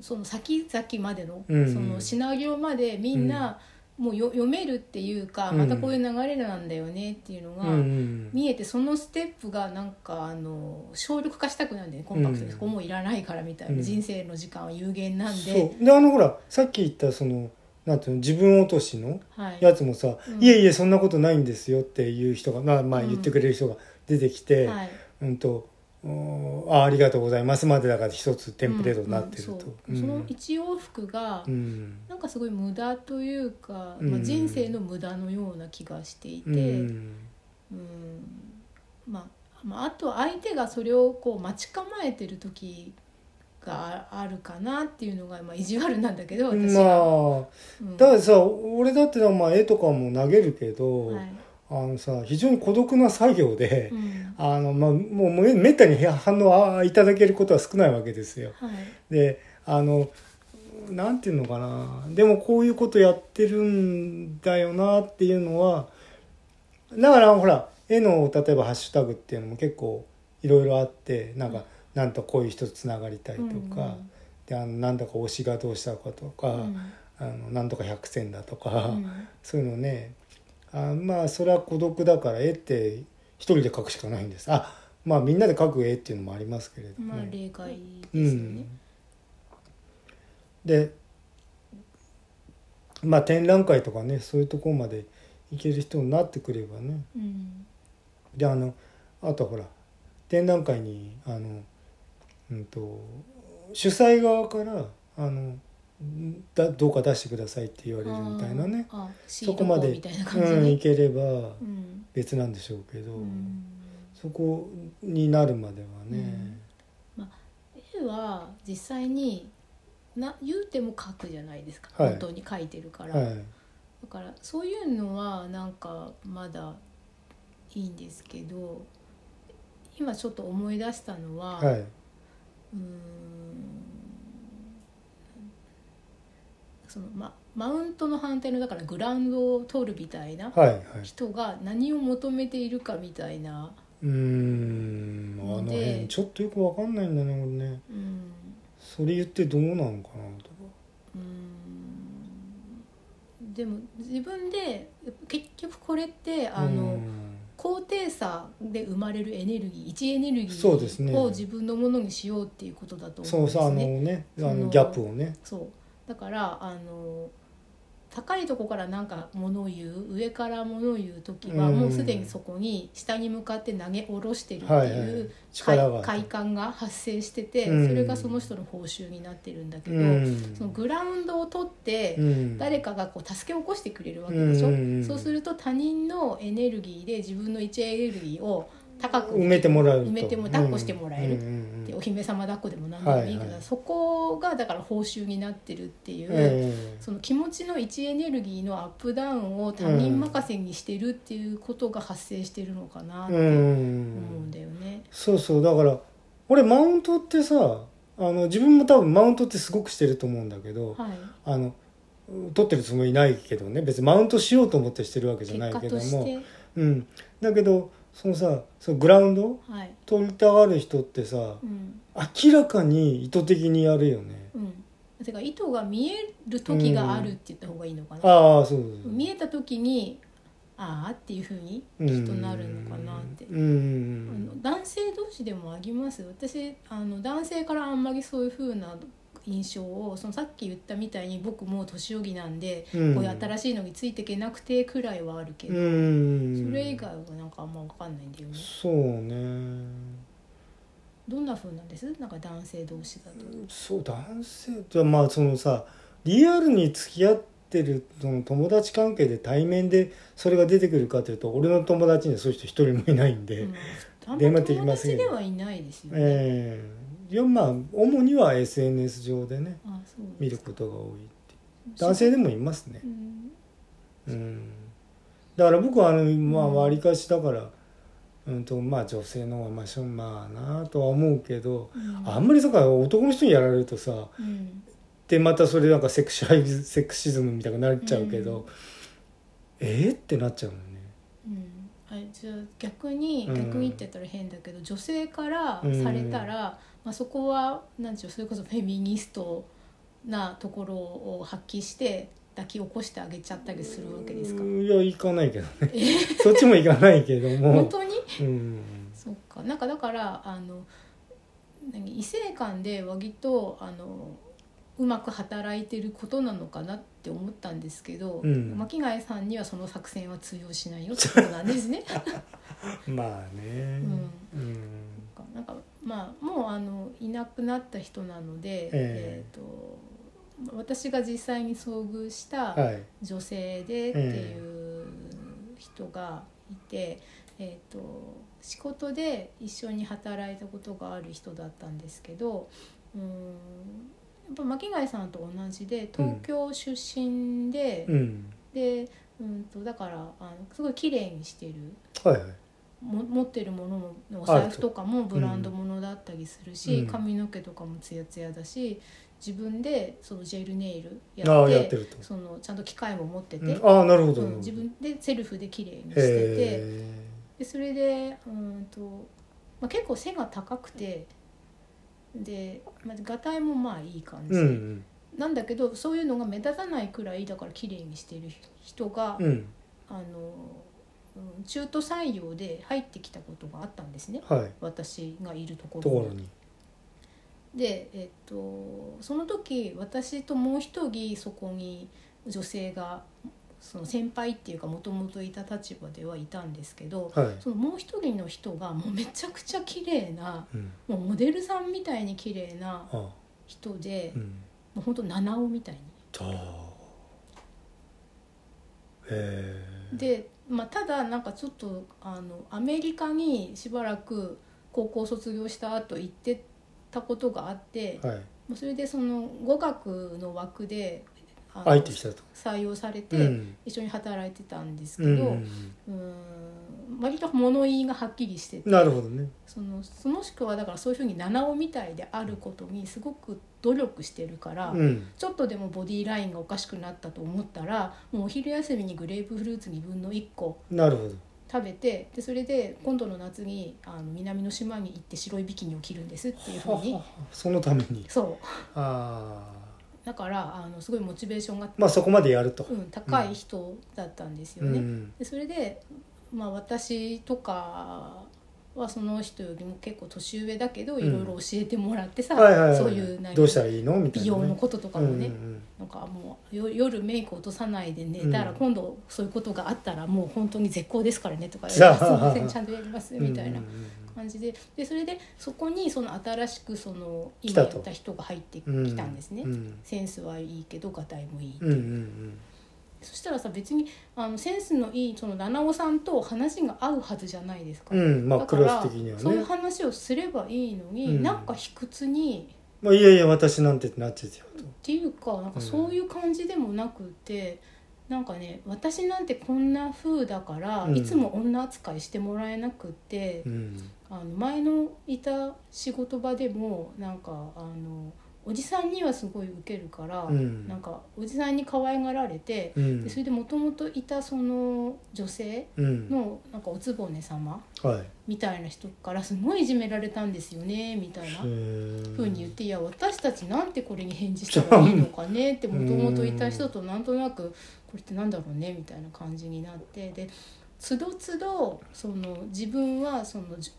Speaker 2: その先々までの,、
Speaker 1: うん
Speaker 2: そのシナリオまでみんなもうよ読めるっていうか、
Speaker 1: うん
Speaker 2: またこういう流れなんだよねっていうのが。
Speaker 1: うん
Speaker 2: 見えてそのステップがなんかあの省力化したくなるんで、ね、コンパクトに
Speaker 1: うん
Speaker 2: そこもいらないからみたいな、
Speaker 1: うん
Speaker 2: 人生の時間は有限なんで、
Speaker 1: そうであのほらさっき言ったそのなんていうの自分落としの
Speaker 2: はい、
Speaker 1: やつもさ「
Speaker 2: うん
Speaker 1: いえいえそんなことないんですよ」っていう人が、まあ、まあ
Speaker 2: うん
Speaker 1: 言ってくれる人が出てきて「
Speaker 2: はい、
Speaker 1: うんとうーんあありがとうございます」までだから一つテンプレートになってる
Speaker 2: うんうんそ
Speaker 1: と
Speaker 2: う。その一往復が、
Speaker 1: うん
Speaker 2: なんかすごい無駄というか、
Speaker 1: うん
Speaker 2: まあ、人生の無駄のような気がしていて、
Speaker 1: う
Speaker 2: うん
Speaker 1: ん
Speaker 2: まあ、まああと相手がそれをこう待ち構えてる時がああるかなっていうのが、まあ、意地悪なんだけど私
Speaker 1: ま
Speaker 2: は。
Speaker 1: あ
Speaker 2: うん
Speaker 1: だからさ俺だってなまあ絵とかも投げるけど、
Speaker 2: はい
Speaker 1: あのさ非常に孤独な作業で、
Speaker 2: うん
Speaker 1: あのまあもうめめったに反応はいただけることは少ないわけですよ。
Speaker 2: はい
Speaker 1: であのなんていうのかなでもこういうことやってるんだよなっていうのはだからほら絵の例えばハッシュタグっていうのも結構いろいろあってなんか、
Speaker 2: うん
Speaker 1: なんとこういう人とつながりたいとか、であのなんだか推しがどうしたかとか、
Speaker 2: うんうん
Speaker 1: あのなんとか百選だとか、
Speaker 2: うん
Speaker 1: そういうのねあまあそれは孤独だから絵って一人で描くしかないんですあまあみんなで描く絵っていうのもありますけれども、
Speaker 2: まあ例外ですよね。
Speaker 1: うん、でまあ展覧会とかねそういうところまで行ける人になってくればね
Speaker 2: うん
Speaker 1: であのあとほら展覧会にあの、うん、と主催側からあのだどうか出してくださいって言われるみたいなね
Speaker 2: あーあシ
Speaker 1: そ
Speaker 2: ー
Speaker 1: こ
Speaker 2: ト
Speaker 1: ま
Speaker 2: コ
Speaker 1: で
Speaker 2: ーみたいな感じで
Speaker 1: うん、
Speaker 2: ね
Speaker 1: 行ければ
Speaker 2: うん
Speaker 1: 別なんでしょうけど、
Speaker 2: うん
Speaker 1: そこになるまではね、
Speaker 2: 絵は実際にな言うても描くじゃないですか、
Speaker 1: はい
Speaker 2: 本当に描いてるから、
Speaker 1: はい
Speaker 2: だからそういうのはなんかまだいいんですけど今ちょっと思い出したのは、
Speaker 1: はいう
Speaker 2: ーんそのま、マウントの反対のだからグラウンドを取るみたいな
Speaker 1: はいはい
Speaker 2: 人が何を求めているかみたいな、
Speaker 1: うーんあの
Speaker 2: ので
Speaker 1: 辺ちょっとよくわかんないんだね俺ね
Speaker 2: うん、
Speaker 1: それ言ってどうなのかなとか
Speaker 2: うーんでも自分で結局これってあの、
Speaker 1: うん
Speaker 2: 高低差で生まれるエネルギー一エネルギ
Speaker 1: そうですね
Speaker 2: ーを自分のものにしようっていうことだと思
Speaker 1: そううん
Speaker 2: です
Speaker 1: さあの
Speaker 2: ね。
Speaker 1: ねあ
Speaker 2: そ
Speaker 1: の
Speaker 2: の
Speaker 1: ギャップをね
Speaker 2: そうだからあの高いとこからなんか物を言う上から物を言う時は
Speaker 1: うん
Speaker 2: もうすでにそこに下に向かって投げ下ろしてるって
Speaker 1: はい
Speaker 2: い
Speaker 1: はいう力が
Speaker 2: 快感が発生してて
Speaker 1: うん
Speaker 2: それがその人の報酬になってるんだけど、
Speaker 1: うん
Speaker 2: そのグラウンドを取って
Speaker 1: うん
Speaker 2: 誰かがこう助け起こしてくれるわけでしょ、
Speaker 1: うんうんうん
Speaker 2: そうすると他人のエネルギーで自分の1エネルギーを高く
Speaker 1: 埋めてもらうと
Speaker 2: 埋めても抱っこしてもらえる
Speaker 1: うんうんうん
Speaker 2: でお姫様抱っこでも何でもいいけど、
Speaker 1: はいはい
Speaker 2: そこがだから報酬になってるっていう、
Speaker 1: え
Speaker 2: その気持ちの位置エネルギーのアップダウンを他人任せにしてるっていうことが発生してるのかな
Speaker 1: え
Speaker 2: って
Speaker 1: う
Speaker 2: 思うんんだよね。
Speaker 1: そうそうだから俺マウントってさあの自分も多分マウントってすごくしてると思うんだけど
Speaker 2: はい、
Speaker 1: あの取ってるつもりないけどね別にマウントしようと思ってしてるわけじゃ
Speaker 2: 結
Speaker 1: ない
Speaker 2: 果
Speaker 1: けど
Speaker 2: とし
Speaker 1: も
Speaker 2: て、
Speaker 1: うん、だけどそのさそのグラウンド
Speaker 2: はい
Speaker 1: 取りたがる人ってさ
Speaker 2: うん
Speaker 1: 明らかに意図的にやるよね
Speaker 2: うん、だから意図が見える時があるって言った方がいいのかな。
Speaker 1: ああそうそう
Speaker 2: 見えた時にああっていうふうにき
Speaker 1: うん
Speaker 2: っとなるのかなって、
Speaker 1: うんうん
Speaker 2: あの男性同士でもあります私あの男性からあんまりそういうふうな印象をそのさっき言ったみたいに僕もう年寄りなんで、
Speaker 1: うん
Speaker 2: こういう新しいのについていけなくてくらいはあるけ
Speaker 1: う
Speaker 2: ど、
Speaker 1: ん
Speaker 2: それ以外はなんかあんま分かんないんだよね
Speaker 1: そうね
Speaker 2: どんなふうなんですなんか男性同士だと、
Speaker 1: そう男性とはまあそのさリアルに付き合ってるその友達関係で対面でそれが出てくるかというと俺の友達にはそういう人一人もいないんで、
Speaker 2: うん、あん
Speaker 1: 電
Speaker 2: ま
Speaker 1: 話でき
Speaker 2: 友
Speaker 1: ません
Speaker 2: 達
Speaker 1: よ
Speaker 2: ではいないですよね、
Speaker 1: ええいやまあ主には SNS 上でね
Speaker 2: あそう
Speaker 1: 見ることが多い男性でもいますね
Speaker 2: うん
Speaker 1: うんだから僕はあのまあ割りかしだから、うんとまあ、女性の方がまあしょまあなあとは思うけど
Speaker 2: うん
Speaker 1: あんまりさ男の人にやられるとさ
Speaker 2: うん
Speaker 1: でまたそれなんかセクシュアリズセクシズムみたいになっちゃうけど、えーってなっちゃうのね
Speaker 2: うん、あじゃあ逆に
Speaker 1: うん
Speaker 2: 逆にって言ったら変だけど、女性からされたら、まあ、そこはなんていうのそれこそフェミニストなところを発揮して抱き起こしてあげちゃったりするわけですか、
Speaker 1: いや行かないけどねそっちも行かないけど
Speaker 2: 本
Speaker 1: も、
Speaker 2: 当に
Speaker 1: うん、
Speaker 2: そっかなんかだからあの何異性間で割とあのうまく働いてることなのかなって思ったんですけど、
Speaker 1: うん
Speaker 2: 巻貝さんにはその作戦は通用しないよってことなんですね。
Speaker 1: まあね うん、
Speaker 2: なんかまあもうあのいなくなった人なので、
Speaker 1: え
Speaker 2: えーと私が実際に遭遇した、
Speaker 1: はい
Speaker 2: 女性でっていう人がいて、えー、と仕事で一緒に働いたことがある人だったんですけどうーんやっぱ巻貝さんと同じで東京出身で、
Speaker 1: うん
Speaker 2: でうんとだからあのすごい綺麗にしてる
Speaker 1: はいはい
Speaker 2: も持ってるものもお
Speaker 1: あ
Speaker 2: 財布とかもブランドものだったりするし、
Speaker 1: うん
Speaker 2: 髪の毛とかもツヤツヤだし自分でそのジェルネイル
Speaker 1: あ
Speaker 2: やっ
Speaker 1: あ
Speaker 2: て
Speaker 1: やってると、
Speaker 2: そのちゃんと機械も持ってて、
Speaker 1: うん、ああなるほど、
Speaker 2: うん、自分でセルフで綺麗にしてて
Speaker 1: へ
Speaker 2: でそれでうんと、まあ、結構背が高くてで、まあ、がたいもまあいい感
Speaker 1: え
Speaker 2: じ、
Speaker 1: うん
Speaker 2: なんだけどそういうのが目立たないくらいだから綺麗にしてる人が、
Speaker 1: うんうん
Speaker 2: あのうん中途採用で入ってきたことがあったんですね
Speaker 1: はい
Speaker 2: 私がいるところ
Speaker 1: と
Speaker 2: に
Speaker 1: ころに
Speaker 2: で、えっと、その時私ともう一人そこに女性がその先輩っていうかもともといた立場ではいたんですけど
Speaker 1: はい、
Speaker 2: そのもう一人の人がもうめちゃくちゃ綺麗な
Speaker 1: うん、
Speaker 2: もうモデルさんみたいに綺麗な
Speaker 1: あ
Speaker 2: 人で
Speaker 1: う、ん
Speaker 2: もうほんと七尾みたいに。
Speaker 1: とへえ
Speaker 2: で、まあ、ただなんかちょっとあのアメリカにしばらく高校卒業した後行ってたことがあって
Speaker 1: はい
Speaker 2: もうそれでその語学の枠であの
Speaker 1: 入ってきたと
Speaker 2: 採用されて、
Speaker 1: うん
Speaker 2: 一緒に働いてたんですけ
Speaker 1: う
Speaker 2: ど、
Speaker 1: ん
Speaker 2: う
Speaker 1: うん
Speaker 2: 割と物言いがはっきりして
Speaker 1: うん
Speaker 2: て
Speaker 1: なるほどね
Speaker 2: そのそもしくはだからそういうふうに七尾みたいであることにすごく努力してるから、
Speaker 1: うん
Speaker 2: ちょっとでもボディラインがおかしくなったと思ったらもうお昼休みにグレープフルーツ2分の1個
Speaker 1: なるほど
Speaker 2: 食べてでそれで今度の夏にあの南の島に行って白いビキニを着るんですっていうふう
Speaker 1: は
Speaker 2: に
Speaker 1: はそのために
Speaker 2: そう
Speaker 1: あ
Speaker 2: だからあのすごいモチベーションが、
Speaker 1: あまあそこまでやると、
Speaker 2: うん、高い人だったんですよ
Speaker 1: う
Speaker 2: ね。
Speaker 1: ん
Speaker 2: でそれで、まあ、私とかはその人よりも結構年上だけど
Speaker 1: ん
Speaker 2: いろいろ教えてもらってさ、
Speaker 1: はいはいはい、
Speaker 2: そういう何
Speaker 1: どうしたらいいのみたい
Speaker 2: 美
Speaker 1: なね、
Speaker 2: 容のこととかもね、
Speaker 1: うんうん
Speaker 2: なんかもうよ夜メイク落とさないで寝たら、
Speaker 1: うん
Speaker 2: 今度そういうことがあったらもう本当に絶好ですからねとか
Speaker 1: じゃあ
Speaker 2: すいませんちゃんとやります
Speaker 1: うん
Speaker 2: みたいな
Speaker 1: うんうん
Speaker 2: 感じででそれでそこにその新しくその
Speaker 1: 来
Speaker 2: 今
Speaker 1: た
Speaker 2: や
Speaker 1: と
Speaker 2: った人が入ってき
Speaker 1: うん
Speaker 2: たんですね、
Speaker 1: うん
Speaker 2: センスはいいけどがたいもいい、
Speaker 1: うんうん
Speaker 2: そしたらさ別にあのセンスのいいその七尾さんと話が合うはずじゃないですか、
Speaker 1: うんうんまあ
Speaker 2: だ
Speaker 1: ク
Speaker 2: か
Speaker 1: ロ
Speaker 2: ら
Speaker 1: ス的には
Speaker 2: そういう
Speaker 1: ね
Speaker 2: 話をすればいいのに、
Speaker 1: うん
Speaker 2: なんか卑屈に
Speaker 1: まあいやいや私なんてってなっちゃうよ
Speaker 2: っていうかなんかそういう感じでもなくて、なんかね私なんてこんな風だから、
Speaker 1: うん
Speaker 2: いつも女扱いしてもらえなくって
Speaker 1: と、、うん、
Speaker 2: あの前のいた仕事場でもなんかあのおじさんにはすごいウケるから、
Speaker 1: うん
Speaker 2: なんかおじさんに可愛がられて、
Speaker 1: うん
Speaker 2: でそれでもともといたその女性
Speaker 1: うん
Speaker 2: のなんかお局様
Speaker 1: はいへ
Speaker 2: みたいな人からすごいいじめられたんですよねみたいな
Speaker 1: え
Speaker 2: ふうに言って「いや私たちなんてこれに返事したらいいのかね」ってもともといた人となんとなく「これってなんだろうね」みたいな感じになってでつどつどその自分はそのじ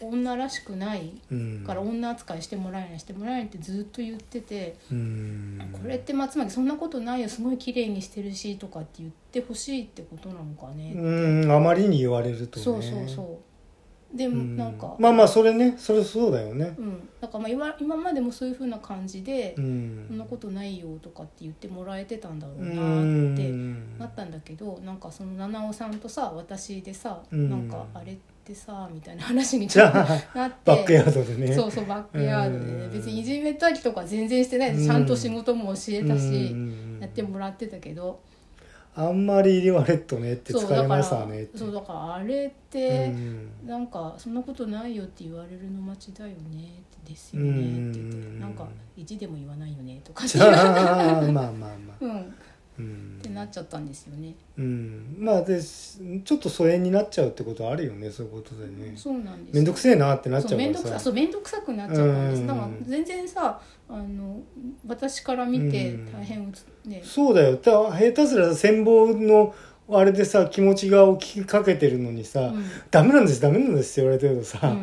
Speaker 2: 女らしくない
Speaker 1: うん
Speaker 2: から女扱いしてもらえないしてもらえないってずっと言ってて。
Speaker 1: うん
Speaker 2: これってまあつまりそんなことないよすごい綺麗にしてるしとかって言ってほしいってことなのかね、
Speaker 1: うんあまりに言われるとね
Speaker 2: そうそうそうで
Speaker 1: う
Speaker 2: も
Speaker 1: ん
Speaker 2: なんか、
Speaker 1: まあまあそれねそれそうだよね
Speaker 2: うんなんかまあ今今までもそういう風な感じで、
Speaker 1: うん
Speaker 2: そんなことないよとかって言ってもらえてたんだろう
Speaker 1: う
Speaker 2: なって
Speaker 1: ん
Speaker 2: なったんだけどなんかその七尾さんとさ私でさ、
Speaker 1: うん
Speaker 2: なんかあれってさみたいな話に
Speaker 1: じ
Speaker 2: ちょ
Speaker 1: ゃ
Speaker 2: っと
Speaker 1: あ
Speaker 2: なって
Speaker 1: バックヤードでね
Speaker 2: そううそうバックヤードでね、
Speaker 1: うん
Speaker 2: 別にいじめたりとか全然してないでちゃんと仕事も教えたし、
Speaker 1: ん
Speaker 2: やってもらってたけど、
Speaker 1: あんまり言われっとねって
Speaker 2: そう
Speaker 1: 使
Speaker 2: だ
Speaker 1: い
Speaker 2: から
Speaker 1: ましたねって
Speaker 2: そうだからあれっ
Speaker 1: う
Speaker 2: て、
Speaker 1: ん
Speaker 2: なんかそんなことないよって言われるの待ちだよねですよ
Speaker 1: うん
Speaker 2: ねって言ってなんか意地でも言わないよねとかって
Speaker 1: じゃあまあまあまあ
Speaker 2: うん、
Speaker 1: うん
Speaker 2: ってなっちゃったんですよね。
Speaker 1: うんまあでちょっと疎遠になっちゃうってことはあるよねそういうことでね
Speaker 2: そうなんですよ
Speaker 1: 面倒くせえなってなっちゃう
Speaker 2: そう
Speaker 1: か
Speaker 2: めん
Speaker 1: ら
Speaker 2: どく
Speaker 1: さ
Speaker 2: さそう面倒くさくなっちゃったんです、
Speaker 1: うん
Speaker 2: だから全然さあの私から見て大変うつ、ね
Speaker 1: そうだよだから下手すら戦望のあれでさ気持ちが起きかけてるのにさ、
Speaker 2: うん
Speaker 1: ダメなんですダメなんですって言われてるとさ、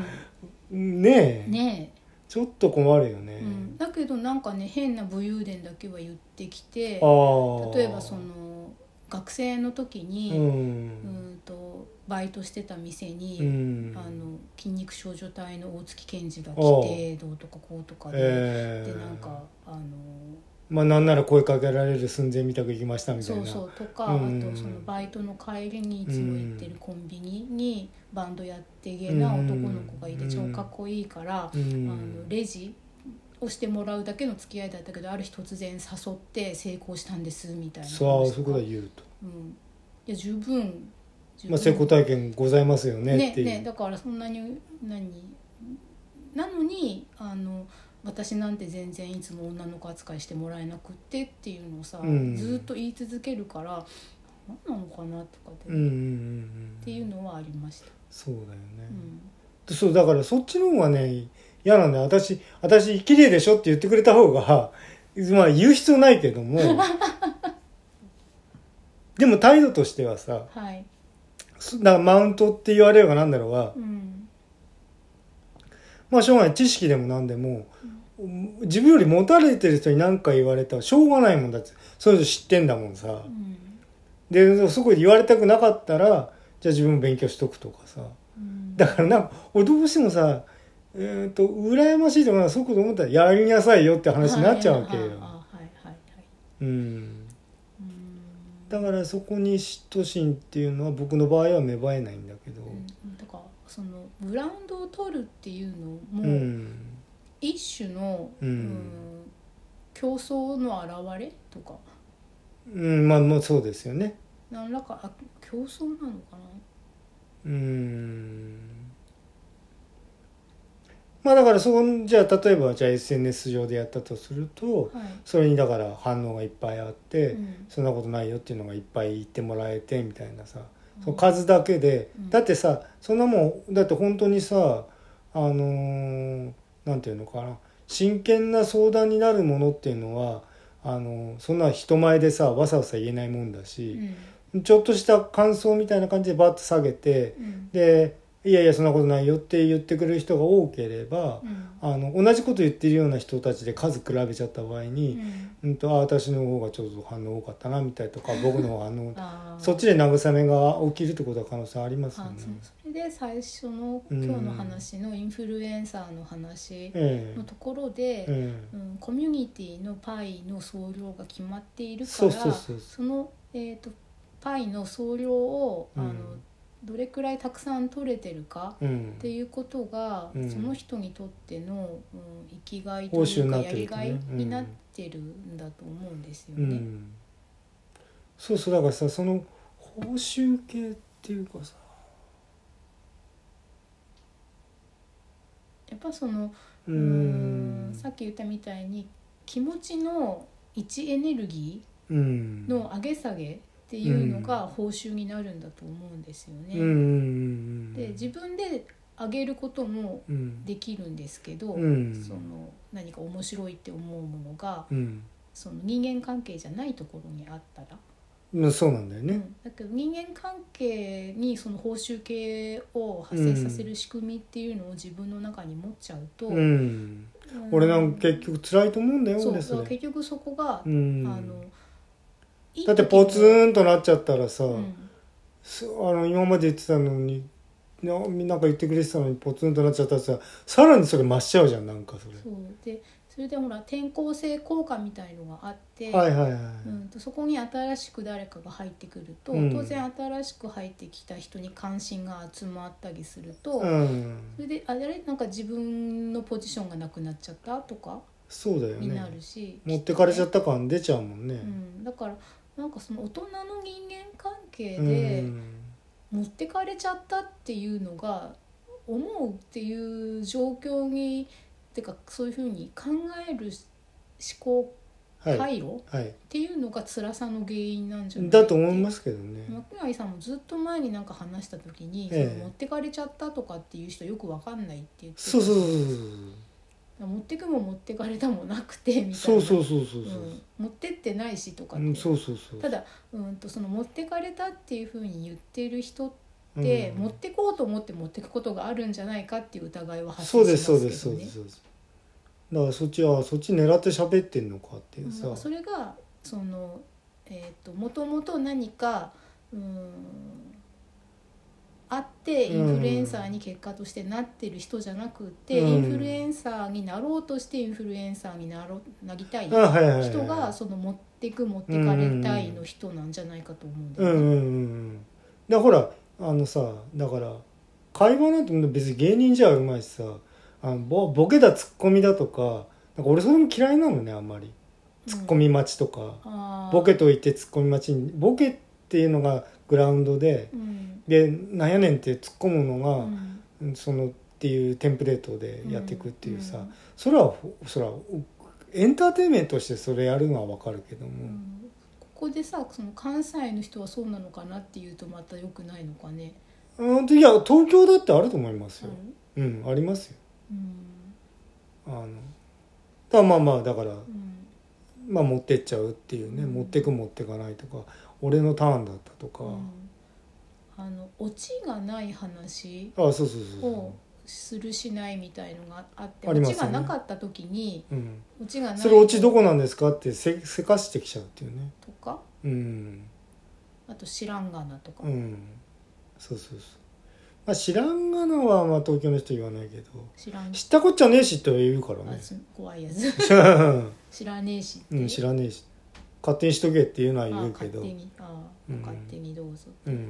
Speaker 1: ねえ
Speaker 2: うんね
Speaker 1: ちょっと困るよ
Speaker 2: え、
Speaker 1: ね、
Speaker 2: うん、だけどなんかね変な武勇伝だけは言ってきて
Speaker 1: ああ
Speaker 2: 例えばその学生の時
Speaker 1: う
Speaker 2: に、うんん、とバイトしてた店
Speaker 1: う
Speaker 2: に、
Speaker 1: ん
Speaker 2: あの筋肉少女隊の大月健二が来
Speaker 1: おう
Speaker 2: てどうとかこうとかで、
Speaker 1: ええ
Speaker 2: でなんかあの
Speaker 1: まあなんなら声かけられる寸前みたく行きましたみたい
Speaker 2: そ
Speaker 1: な
Speaker 2: うそうとか、
Speaker 1: うん
Speaker 2: あとそのバイトの帰りにいつも行ってるコンビニにバンドやってげな男の子がいて
Speaker 1: うん
Speaker 2: 超かっこいいから、
Speaker 1: う
Speaker 2: あ
Speaker 1: ん
Speaker 2: のレジをしてもらうだけの付き合いだったけどある日突然誘って成功したんですみたいな話とか
Speaker 1: そうそういうことは言うと、
Speaker 2: うん、いや十分十分
Speaker 1: まあ、成功体験ございますよね
Speaker 2: ね
Speaker 1: っていう、
Speaker 2: ねだからそんなに何なのにあの私なんて全然いつも女の子扱いしてもらえなくってっていうのをさ、
Speaker 1: うん
Speaker 2: ずっと言い続けるから何なのかなとかって、
Speaker 1: うん
Speaker 2: っ
Speaker 1: うんうん
Speaker 2: ていうのはありました。
Speaker 1: そうだよね、
Speaker 2: うん
Speaker 1: でそうだからそっちの方がね嫌なんだよ私私綺麗でしょって言ってくれた方が まあ言う必要ないけどもでも態度としてはさ
Speaker 2: はい、
Speaker 1: そだからマウントって言われようがなんだろうが
Speaker 2: うん
Speaker 1: まあしょうがない知識でも何でも、自分より持たれてる人に何か言われたらしょうがないもんだってそういうの知ってんだもんさ
Speaker 2: うん
Speaker 1: でそこで言われたくなかったらじゃあ自分も勉強しとくとかさ
Speaker 2: うん、
Speaker 1: だからなんか俺どうしてもさえっと羨ましいとかそういうこと思ったらやりなさいよって話になっちゃうわけよ、
Speaker 2: はいああはいはいはい
Speaker 1: うん、
Speaker 2: うん
Speaker 1: だからそこに嫉妬心っていうのは僕の場合は芽生えないんだけど
Speaker 2: うん、だからそのブランドを取るっていうの
Speaker 1: う
Speaker 2: も、
Speaker 1: ん
Speaker 2: 一種の、
Speaker 1: うん
Speaker 2: ん競争の表れとか
Speaker 1: うんまあまあそうですよね
Speaker 2: 何らかあ競争なのかな
Speaker 1: うんまあだからそんじゃあ例えばじゃあ SNS 上でやったとすると
Speaker 2: はい、
Speaker 1: それにだから反応がいっぱいあって、
Speaker 2: うん
Speaker 1: そんなことないよっていうのがいっぱい言ってもらえてみたいなさ、その数だけで、
Speaker 2: うん
Speaker 1: だってさそんなもんだって本当にさあのーなんていうのかな真剣な相談になるものっていうのはあのーそんな人前でさわさわさ言えないもんだ
Speaker 2: う
Speaker 1: し、
Speaker 2: ん
Speaker 1: ちょっとした感想みたいな感じでバッと下げて
Speaker 2: うん
Speaker 1: で「いやいやそんなことないよ」って言ってくれる人が多ければ
Speaker 2: う、ん
Speaker 1: あの同じこと言ってるような人たちで数比べちゃった場合に、
Speaker 2: うん
Speaker 1: うんとあ私の方がちょっと反応多かったなみたいとか僕の方が反応
Speaker 2: あー
Speaker 1: そっちで慰めが起きるってことは可能性ありますよ
Speaker 2: あ
Speaker 1: ね
Speaker 2: そ。それで最初の
Speaker 1: うん
Speaker 2: 今日の話のインフルエンサーの話
Speaker 1: え
Speaker 2: のところで
Speaker 1: え、え
Speaker 2: うん、コミュニティのパイの総量が決まってい
Speaker 1: え
Speaker 2: るか
Speaker 1: そう
Speaker 2: ら
Speaker 1: そうそうそ
Speaker 2: その、えー、とパイの総量を、
Speaker 1: うん
Speaker 2: あのどれくらいたくさん取れてるか
Speaker 1: う。うん
Speaker 2: っていうことが、
Speaker 1: うん
Speaker 2: その人にとっての、うん、生きがいと
Speaker 1: 報酬
Speaker 2: い
Speaker 1: に
Speaker 2: うか
Speaker 1: なって
Speaker 2: や
Speaker 1: る
Speaker 2: り
Speaker 1: とね
Speaker 2: がいになってるんだと思うんですよ
Speaker 1: う
Speaker 2: ね。
Speaker 1: ん、そうそうだからさその報酬系っていうかさ
Speaker 2: やっぱその
Speaker 1: うー
Speaker 2: うん
Speaker 1: ん
Speaker 2: さっき言ったみたいに気持ちの一エネルギ
Speaker 1: うん
Speaker 2: ーの上げ下げっていうのが報酬になるんだと思うんですよね。
Speaker 1: うんうんうん
Speaker 2: で自分で上げることも
Speaker 1: うん
Speaker 2: できるんですけど、
Speaker 1: うん
Speaker 2: その何か面白いって思うものが
Speaker 1: うん
Speaker 2: その人間関係じゃないところにあったら。
Speaker 1: うんそうなんだよ
Speaker 2: う
Speaker 1: ね。
Speaker 2: ん、だけど人間関係にその報酬系を発生させる仕組みっていうのを自分の中に持っちゃうと、
Speaker 1: うん、
Speaker 2: うん
Speaker 1: 俺なんか結局辛いと思うんだよ
Speaker 2: そう
Speaker 1: 俺
Speaker 2: だから
Speaker 1: それ。
Speaker 2: 結局そこが、
Speaker 1: うん、
Speaker 2: あのいい時に
Speaker 1: だってポツンとなっちゃったらさ、
Speaker 2: うん
Speaker 1: すあの今まで言ってたのにななんか言ってくれてたのにポツンとなっちゃったらささらにそれ増しちゃうじゃんなんかそれ
Speaker 2: そうでそれでほら転校生効果みたいのがあって、
Speaker 1: はいはいはい、
Speaker 2: うん、とそこに新しく誰かが入ってくると、
Speaker 1: うん
Speaker 2: 当然新しく入ってきた人に関心が集まったりすると、
Speaker 1: うん
Speaker 2: それであれなんか自分のポジションがなくなっちゃったとか
Speaker 1: そうだよ
Speaker 2: にな
Speaker 1: ね
Speaker 2: るし、
Speaker 1: 持ってかれちゃ
Speaker 2: き
Speaker 1: った感出ちゃうもんね
Speaker 2: とね、うん、だからなんかその大人の人間関係
Speaker 1: うん
Speaker 2: で持ってかれちゃったっていうのが思うっていう状況にてかそういうふうに考える思考
Speaker 1: はい
Speaker 2: 回路っ
Speaker 1: はい
Speaker 2: ていうのが辛さの原因なんじゃない
Speaker 1: だと思いますけどね
Speaker 2: 松内さんもずっと前になんか話した時に、
Speaker 1: ええ
Speaker 2: その持ってかれちゃったとかっていう人よくわかんないって言って
Speaker 1: そうそうそう
Speaker 2: 持ってくも持ってかれたもなくてみたいな
Speaker 1: そうそうそうそうそうそうそう
Speaker 2: うん持ってってないしとかっ
Speaker 1: う
Speaker 2: て、
Speaker 1: んそうそうそう
Speaker 2: ただうんとその持ってかれたっていうふうに言ってる人って、
Speaker 1: うん
Speaker 2: 持ってこうと思って持ってくことがあるんじゃないかっていう疑いは発
Speaker 1: そう
Speaker 2: 生し
Speaker 1: で
Speaker 2: ますす
Speaker 1: そうですそうですそ
Speaker 2: けどね
Speaker 1: うですだからそっちはそっち狙って喋ってんのかっていう
Speaker 2: うん
Speaker 1: さ、
Speaker 2: なんかそれがそのえっ、ともともと何かうんあってインフルエンサーに結果としてなってる人じゃなくて、
Speaker 1: うん
Speaker 2: インフルエンサーになろうとしてインフルエンサーになろなりたい
Speaker 1: あはいはいはいはい
Speaker 2: 人がその持ってく持ってかれたいの人なんじゃないかと思うんだ
Speaker 1: うん
Speaker 2: よ
Speaker 1: うん
Speaker 2: ね。
Speaker 1: うんうんだからほらあのさだから会話なんて別に芸人じゃうまいしさあのボボケだツッコミだとかなんか俺それも嫌いなのねあんまりツッコミ待ちとか、
Speaker 2: あー
Speaker 1: ボケと言ってツッコミ待ちにボケっていうのがグラウンドで
Speaker 2: うん
Speaker 1: でなんやねんって突っ込むの
Speaker 2: う
Speaker 1: が、
Speaker 2: ん
Speaker 1: そのっていうテンプレートでやっていくっていうさ、
Speaker 2: ん
Speaker 1: それはほそれはおエンターテインメントとしてそれやるのはわかるけども、
Speaker 2: うんここでさその関西の人はそうなのかなっていうとまた良くないのかね。
Speaker 1: うん、いや東京だってあると思いますよ、
Speaker 2: うん
Speaker 1: うん、ありますよ
Speaker 2: うん
Speaker 1: あのだまあまあだから、
Speaker 2: うん
Speaker 1: まあ、持ってっちゃうっていうね、
Speaker 2: うん
Speaker 1: 持ってく持ってかないとか俺のターンだったとか、
Speaker 2: うんあのオチがない話
Speaker 1: あそうそうそう
Speaker 2: を
Speaker 1: そ
Speaker 2: するしないみたいのがあって
Speaker 1: あり
Speaker 2: オ
Speaker 1: ます
Speaker 2: チ
Speaker 1: よね
Speaker 2: がなかった時に
Speaker 1: う、うん、
Speaker 2: オチがない
Speaker 1: それ落ちどこなんですかってせせかしてきちゃうっていうね
Speaker 2: とか
Speaker 1: うん
Speaker 2: あと知らんがなとか、
Speaker 1: うんそうそうそうまあ知らんがなはまあ東京の人言わないけど
Speaker 2: 知らん
Speaker 1: 知ったこっちゃねえしって言うから
Speaker 2: あ
Speaker 1: ね
Speaker 2: す怖いやつ 知らねえしっ て、
Speaker 1: うん知らねえし勝手にしとけっていうのは
Speaker 2: あ
Speaker 1: 言うけ
Speaker 2: 勝
Speaker 1: ど
Speaker 2: 手にあ、
Speaker 1: うん
Speaker 2: 勝手にどうぞ
Speaker 1: うん
Speaker 2: うーん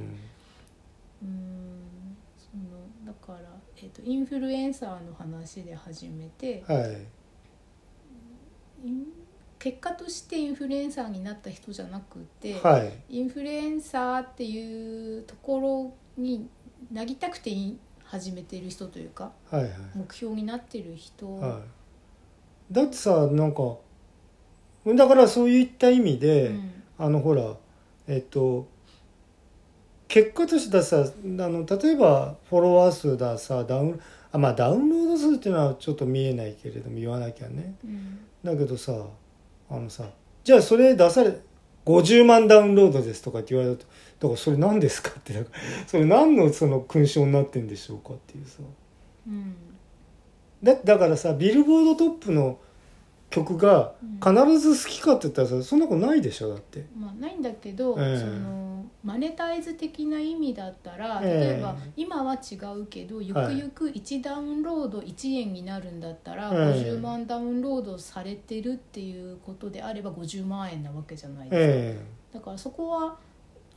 Speaker 2: そのだから、えっとインフルエンサーの話で始めて、
Speaker 1: はい
Speaker 2: イン結果としてインフルエンサーになった人じゃなくて、
Speaker 1: はい
Speaker 2: インフルエンサーっていうところになりたくて始めてる人というか
Speaker 1: はいはい
Speaker 2: 目標になってる人、
Speaker 1: はい、だってさなんかだからそういった意味で、
Speaker 2: うん
Speaker 1: あのほらえっと結果としてださあの例えばフォロワー数ださダウンあまあダウンロード数っていうのはちょっと見えないけれども言わなきゃね
Speaker 2: うん
Speaker 1: だけどさあのさじゃあそれ出され50万ダウンロードですとかって言われたとだからそれ何ですかってだからそれ何のその勲章になってんでしょうかっていうさ
Speaker 2: うん
Speaker 1: だだからさビルボードトップの曲が必ず好きかって言ったらさそんなことないでしょだって。
Speaker 2: まあ、ないんだけど、
Speaker 1: ええ
Speaker 2: そのマネタイズ的な意味だったら
Speaker 1: ええ
Speaker 2: 例えば、今は違うけどゆくゆく1ダウンロード1円になるんだったら、
Speaker 1: ええ
Speaker 2: 50万ダウンロードされてるっていうことであれば50万円なわけじゃないですか。
Speaker 1: ええ
Speaker 2: だからそこは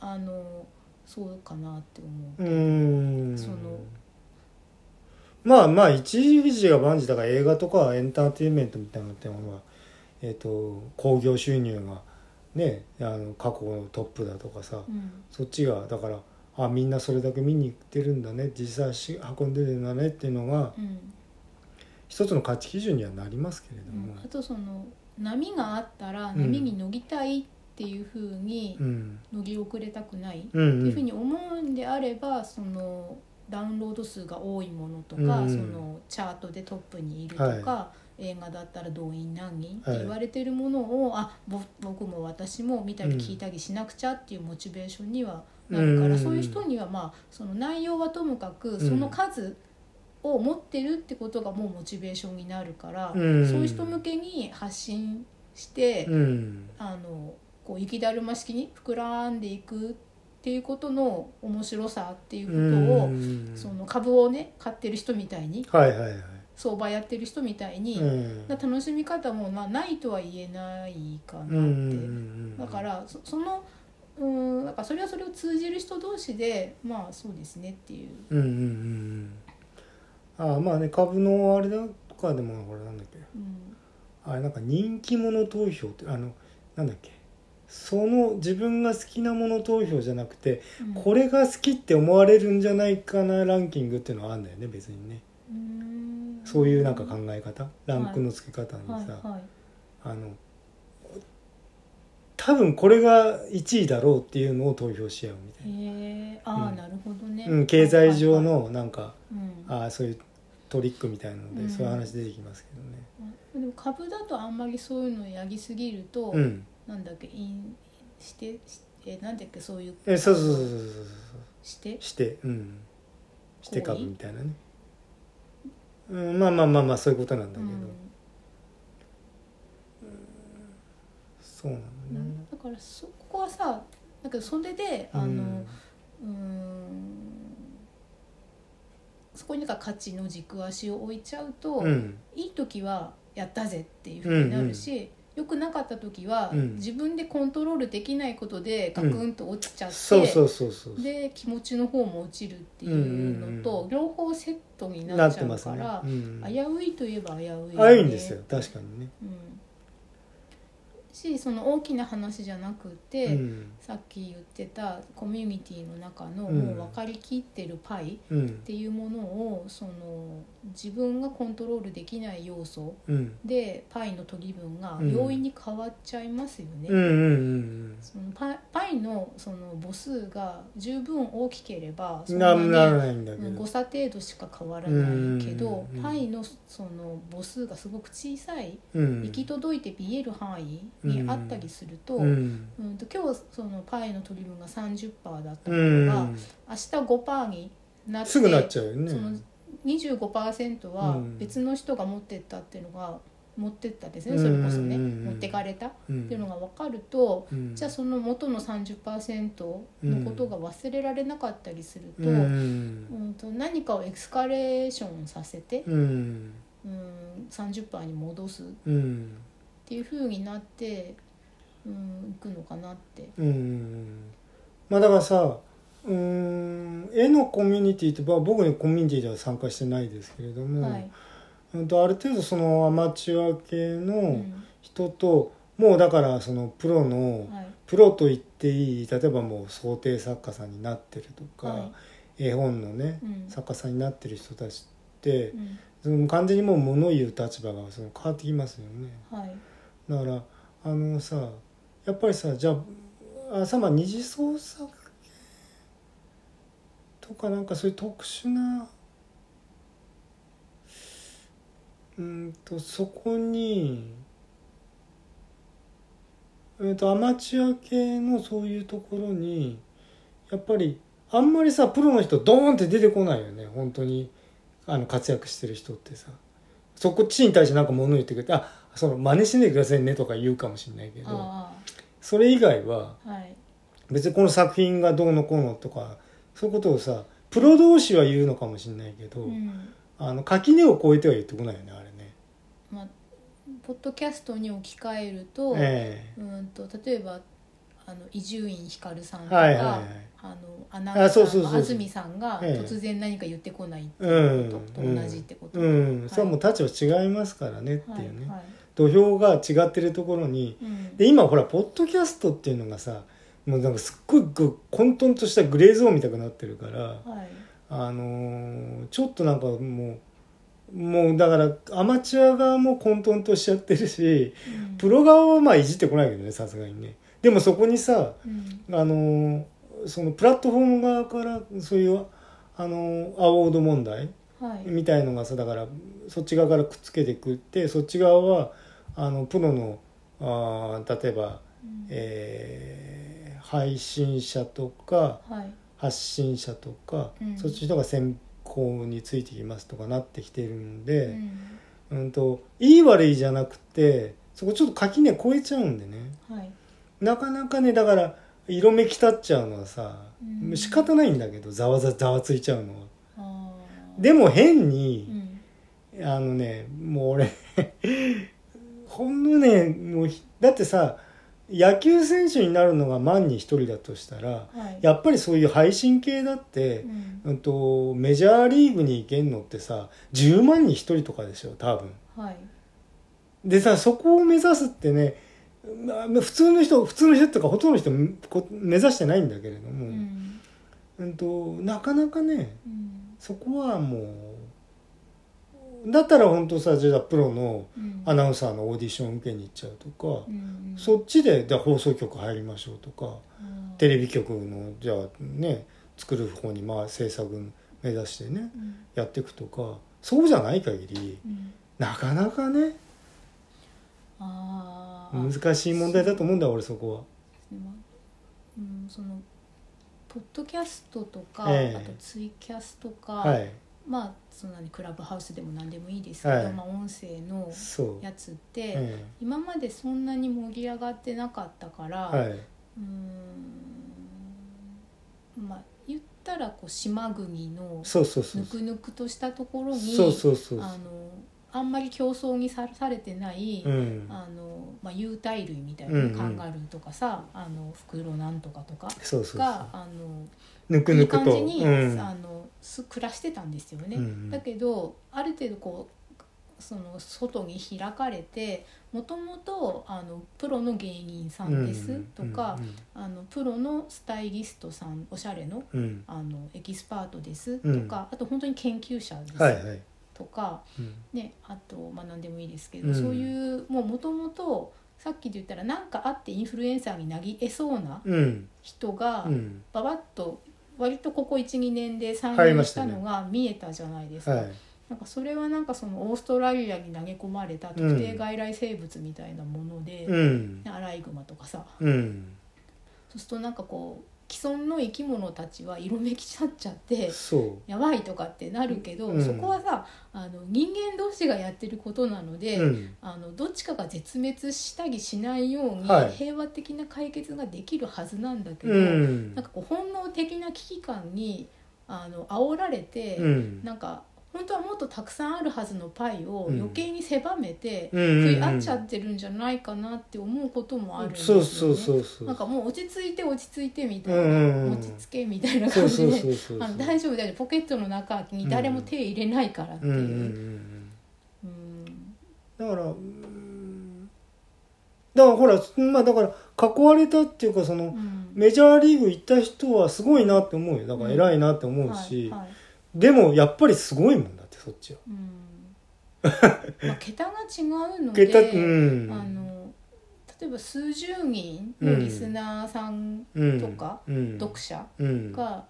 Speaker 2: あのそうかなって思う
Speaker 1: うーん
Speaker 2: その
Speaker 1: まあまあ一時が万事だから映画とかエンターテインメントみたいなのってのは、えっと興行収入がねあの過去のトップだとかさ、
Speaker 2: うん
Speaker 1: そっちがだからあみんなそれだけ見に行ってるんだね実際し運んでるんだねっていうのが
Speaker 2: うん
Speaker 1: 一つの価値基準にはなりますけれど
Speaker 2: う
Speaker 1: も
Speaker 2: ん、あとその波があったら
Speaker 1: うん
Speaker 2: 波に乗りたいっていうふうに
Speaker 1: うん、
Speaker 2: 乗り遅れたくないって
Speaker 1: うんうん
Speaker 2: いうふうに思うんであればそのダウンロード数が多いものとか、
Speaker 1: うん
Speaker 2: そのチャートでトップにいるとか、映画だったら動員何人って言われてるものを、あぼ僕も私も見たり聞いたりしなくちゃっていうモチベーションにはなるから、
Speaker 1: うん
Speaker 2: そういう人にはまあその内容はともか
Speaker 1: ん
Speaker 2: くその数を持ってるってことがもうモチベーションになるから、
Speaker 1: うん
Speaker 2: そういう人向けに発信して、
Speaker 1: うん
Speaker 2: あのこう雪だるま式に膨らんでいくっていうことの面白さっていうことを、
Speaker 1: うん
Speaker 2: その株をね買ってる人みたいに
Speaker 1: はいはいはい、
Speaker 2: 相場やってる人みたいに、
Speaker 1: うん
Speaker 2: な楽しみ方もまあないとは言えないかなっ
Speaker 1: う
Speaker 2: て。
Speaker 1: んうんうん
Speaker 2: だからそそのうんなんかそれはそれを通じる人同士でまあそうですねっていう
Speaker 1: うんうんうんうんああまあね株のあれだとかでもほらなんだっけ
Speaker 2: うん
Speaker 1: あれなんか人気者投票ってあのなんだっけその自分が好きなもの投票じゃなくて
Speaker 2: うん
Speaker 1: これが好きって思われるんじゃないかなランキングっていうのはあるんだよね別にね
Speaker 2: うん
Speaker 1: そういうなんか考え方ランクの付け方に
Speaker 2: はい
Speaker 1: さ
Speaker 2: はい
Speaker 1: あの多分これが1位だろうっていうのを投票し合うみたいな、
Speaker 2: えー、ああ、なるほどね、
Speaker 1: うん、経済上のなんか、
Speaker 2: うん
Speaker 1: あーそういうトリックみたいなので、
Speaker 2: うん
Speaker 1: そういう話出てきますけどね
Speaker 2: でも株だとあんまりそういうのやりすぎると、
Speaker 1: うん
Speaker 2: なんだっけインしてしてなんだっけそういう
Speaker 1: えそうそうそうそうそうそう
Speaker 2: して
Speaker 1: してうんして株
Speaker 2: 行為
Speaker 1: みたいなねうんまあまあまあまあそういうことなんだ
Speaker 2: う
Speaker 1: けど、
Speaker 2: ん
Speaker 1: そうなんだね、
Speaker 2: だからそこはさだけどそれで
Speaker 1: う
Speaker 2: あの、
Speaker 1: ん
Speaker 2: うーんそこになんか価値の軸足を置いちゃうと、
Speaker 1: うん
Speaker 2: いい時はやったぜっていうふうになるし、良くなかった時は、
Speaker 1: うん
Speaker 2: 自分でコントロールできないことでガクンと落ちちゃって、
Speaker 1: そうそうそうそう
Speaker 2: で気持ちの方も落ちるっていうのと、
Speaker 1: うんうんう
Speaker 2: 両方セットにな
Speaker 1: な
Speaker 2: っ
Speaker 1: っ
Speaker 2: ち
Speaker 1: て
Speaker 2: ゃ
Speaker 1: ま
Speaker 2: う
Speaker 1: す
Speaker 2: か
Speaker 1: ね、
Speaker 2: ら、
Speaker 1: うん、
Speaker 2: 危ういといえば危ういよね、
Speaker 1: あいんですよ確かにね、
Speaker 2: うん、しその大きな話じゃなくて、
Speaker 1: うん
Speaker 2: さっき言ってたコミュニティの中の
Speaker 1: うん
Speaker 2: もう分かりきってるパイっ
Speaker 1: うん
Speaker 2: ていうものをその自分がコントロールできない要素
Speaker 1: うん
Speaker 2: でパイの取り分が
Speaker 1: うん
Speaker 2: 容易に変わっちゃいますよね。
Speaker 1: うんうんうん
Speaker 2: そのパイパイのその母数が十分大きければ
Speaker 1: う
Speaker 2: そ
Speaker 1: ん
Speaker 2: ん
Speaker 1: な
Speaker 2: な
Speaker 1: なら
Speaker 2: に
Speaker 1: ないんだけど、
Speaker 2: うん誤差程度しか変わらないけど
Speaker 1: うん
Speaker 2: パイのその母数がすごく小さい
Speaker 1: うん
Speaker 2: 行き届いて見える範囲にあったりすると
Speaker 1: うん
Speaker 2: うんと今日そのパイの取り分が30%だった
Speaker 1: う
Speaker 2: のが、
Speaker 1: ん
Speaker 2: 明日5%になって
Speaker 1: すぐなっちゃうよね
Speaker 2: その25%
Speaker 1: う
Speaker 2: は
Speaker 1: ん
Speaker 2: 別の人が持ってったっていうのが持ってったですねそれこそね、
Speaker 1: うんうんうんうん
Speaker 2: 持ってかれたっ
Speaker 1: うん
Speaker 2: ていうのが分かると、
Speaker 1: うん
Speaker 2: じゃあその元の30%のことが忘れられなかったりすると,、う、
Speaker 1: うんん
Speaker 2: と何かをエスカレーションさせて、
Speaker 1: うん
Speaker 2: うん、30%に戻すっ
Speaker 1: うん
Speaker 2: ていうふうになって、うん、いくのかなって。
Speaker 1: うんまあだからさうーん絵のコミュニティって、まあ、僕のコミュニティでは参加してないですけれども、
Speaker 2: はい
Speaker 1: うんとある程度そのアマチュア系
Speaker 2: う
Speaker 1: の
Speaker 2: ん
Speaker 1: 人と、もうだからそのプロの
Speaker 2: はい
Speaker 1: プロと言っていい例えばもう想定作家さんになってるとか、
Speaker 2: は
Speaker 1: 絵本のね
Speaker 2: うん
Speaker 1: 作家さんになってる人たちって
Speaker 2: う、ん
Speaker 1: その完全にもう物言う立場がその変わってきますよね。
Speaker 2: はい
Speaker 1: だからあのさやっぱりさじゃあ朝ま二次創作とかなんかそういう特殊なうーんとそこにえー、とアマチュア系のそういうところにやっぱりあんまりさプロの人ドーンって出てこないよね本当にあの活躍してる人ってさそこっちに対してなんか物言ってくれて「あその真似しないでくださいね」とか言うかもしれないけど
Speaker 2: あ
Speaker 1: それ以外は
Speaker 2: あはい
Speaker 1: 別にこの作品がどうのこうのとかそういうことをさプロ同士は言うのかもしれないけど、
Speaker 2: うん
Speaker 1: あの垣根を越えては言ってこないよねあれね。
Speaker 2: まあ、ポッドキャストに置き換えると,、
Speaker 1: え
Speaker 2: うんと例えばあの伊集院光さんとか、
Speaker 1: はいはいはい
Speaker 2: あのアナウン
Speaker 1: あ
Speaker 2: サ
Speaker 1: そうそ
Speaker 2: ー
Speaker 1: うそうそう
Speaker 2: の安住さんが
Speaker 1: ええ
Speaker 2: 突然何か言ってこない
Speaker 1: えうん
Speaker 2: ことと同じってこと、
Speaker 1: うん、それはもう立場違いますからねって
Speaker 2: はい
Speaker 1: いうね、
Speaker 2: はい
Speaker 1: 土俵が違ってるところに
Speaker 2: うん
Speaker 1: で今ほらポッドキャストっていうのがさもうなんかすっごいぐ混沌としたグレーゾーンみたくなってるから、
Speaker 2: はい
Speaker 1: あのーちょっとなんかもうもうだからアマチュア側も混沌としちゃってるし
Speaker 2: うん
Speaker 1: プロ側はまあいじってこないけどねさすがにねでもそこにさ
Speaker 2: うん
Speaker 1: あのーそのプラットフォーム側からそういうあのーアワード問題
Speaker 2: はい
Speaker 1: みたいのがさだからそっち側からくっつけてくってそっち側はあのプロのあー例えば、
Speaker 2: うん
Speaker 1: えー配信者とか
Speaker 2: はい
Speaker 1: 発信者とか、
Speaker 2: うん
Speaker 1: そっちの人が先行についてきますとかなってきてるんで、
Speaker 2: うん
Speaker 1: うん、といい悪いじゃなくてそこちょっと垣根越えちゃうんでね
Speaker 2: はい
Speaker 1: なかなかねだから色めき立っちゃうのはさ、
Speaker 2: うん
Speaker 1: 仕方ないんだけどざわざざわついちゃうのは。
Speaker 2: あー
Speaker 1: でも変に、
Speaker 2: うん
Speaker 1: あのね、もう俺、 ほんのね、もうひ、だってさ、野球選手になるのが万に一人だとしたら、
Speaker 2: はい
Speaker 1: やっぱりそういう配信系だって
Speaker 2: う、ん
Speaker 1: うんと、メジャーリーグに行けんのってさ、10万に一人とかでしょ、多分。
Speaker 2: はい
Speaker 1: でさ、そこを目指すってね、まあ、普通の人、普通の人っていうか、ほとんどの人こ目指してないんだけれども、
Speaker 2: う
Speaker 1: うん、
Speaker 2: ん
Speaker 1: と、なかなかね、
Speaker 2: うん
Speaker 1: そこはもう、だったら本当さじゃあプロの
Speaker 2: うん
Speaker 1: アナウンサーのオーディション受けに行っちゃうとか、
Speaker 2: うんうん
Speaker 1: そっちでじゃあ放送局入りましょうとか
Speaker 2: うん
Speaker 1: テレビ局のじゃあね作る方にまあ制作目指してね
Speaker 2: うん
Speaker 1: やっていくとかそうじゃない限り
Speaker 2: うん
Speaker 1: なかなかね
Speaker 2: ああ
Speaker 1: 難しい問題だと思うんだ俺そこは。
Speaker 2: うん、そのポッドキャストとか、
Speaker 1: ええ
Speaker 2: あとツイキャスとか、
Speaker 1: はい
Speaker 2: まあそんなにクラブハウスでも何でもいいですけど、
Speaker 1: はい
Speaker 2: まあ、音声の
Speaker 1: そう、
Speaker 2: やつって、
Speaker 1: え
Speaker 2: 今までそんなに盛り上がってなかったから、
Speaker 1: えはいう
Speaker 2: ーんまあ言ったらこう島国の
Speaker 1: そうそうそう
Speaker 2: ぬ
Speaker 1: そう
Speaker 2: くぬくとしたところに
Speaker 1: そうそうそう
Speaker 2: あのあんまり競争にさされてない、
Speaker 1: うん
Speaker 2: あのまあ、有袋類みたいなね、
Speaker 1: うんうん
Speaker 2: カンガルーとかさあのフクロウなんとかとか
Speaker 1: そうそうそう
Speaker 2: があの
Speaker 1: ぬく
Speaker 2: い
Speaker 1: ぬ
Speaker 2: い
Speaker 1: く
Speaker 2: 感
Speaker 1: と
Speaker 2: じに、
Speaker 1: うん
Speaker 2: あのす暮らしてたんですよね。
Speaker 1: うんうん
Speaker 2: だけどある程度こうその外に開かれてもともとあのプロの芸人さんですとか、あのプロのスタイリストさんおしゃれの
Speaker 1: うんうん
Speaker 2: あのエキスパートですと
Speaker 1: うん
Speaker 2: か、あと本当に研究者で
Speaker 1: う
Speaker 2: す
Speaker 1: ん、はいはい、
Speaker 2: とか、
Speaker 1: うん
Speaker 2: ね、あと、まあ、何でもいいですけど、
Speaker 1: うん
Speaker 2: そういうもうもともとさっきで言ったら何かあってインフルエンサーになりえそうな
Speaker 1: うん
Speaker 2: 人が
Speaker 1: うん
Speaker 2: ばばっと割とここ12年で参
Speaker 1: 入りま
Speaker 2: 入
Speaker 1: し
Speaker 2: したた
Speaker 1: ね
Speaker 2: のが見えたじゃないですか、
Speaker 1: はい
Speaker 2: なんかそれはなんかそのオーストラリアに投げ込まれた特定外来生物みたいなもので、
Speaker 1: うん
Speaker 2: ねアライグマとかさ
Speaker 1: うん
Speaker 2: そうするとなんかこう既存の生き物たちは色めきちゃっちゃって
Speaker 1: そ
Speaker 2: やばいとかってなるけど、
Speaker 1: うん
Speaker 2: そこはさあの人間同士がやってることなの
Speaker 1: う、
Speaker 2: で、
Speaker 1: うん、
Speaker 2: あのどっちかが絶滅したりしないように
Speaker 1: はい
Speaker 2: 平和的な解決ができるはずなんだけど、
Speaker 1: うん
Speaker 2: なんかこう本能的な危機感にあの煽られて、
Speaker 1: うん
Speaker 2: なんか本当はもっとたくさんあるはずのパイを
Speaker 1: うん
Speaker 2: 余計に狭めて、
Speaker 1: うん
Speaker 2: 食
Speaker 1: うん
Speaker 2: い合っちゃってるんじゃないかなって思うこともあるんですよ、
Speaker 1: そ
Speaker 2: ね、
Speaker 1: うそうそうそう
Speaker 2: なんかもう落ち着いて落ち着いてみたい
Speaker 1: うん
Speaker 2: な、
Speaker 1: うんうん
Speaker 2: 落ち着けみたいな
Speaker 1: そ
Speaker 2: 感
Speaker 1: う
Speaker 2: じ
Speaker 1: そう
Speaker 2: で
Speaker 1: そうそう
Speaker 2: あの大丈夫だよポケットの中に誰も手入れないからって
Speaker 1: う
Speaker 2: い
Speaker 1: んう
Speaker 2: う。
Speaker 1: んうんうん
Speaker 2: うん
Speaker 1: だからうーんだからほらまあだから囲われたっていうかその、
Speaker 2: うん
Speaker 1: メジャーリーグ行った人はすごいなって思うよだから偉いなって思うし、
Speaker 2: はいはい
Speaker 1: でもやっぱりすごいもんだってそっちは。
Speaker 2: うんまあ、桁が違うので、
Speaker 1: 桁うん、
Speaker 2: あの例えば数十人のリスナーさん、
Speaker 1: うん
Speaker 2: とか、
Speaker 1: うん、
Speaker 2: 読者
Speaker 1: うん、
Speaker 2: が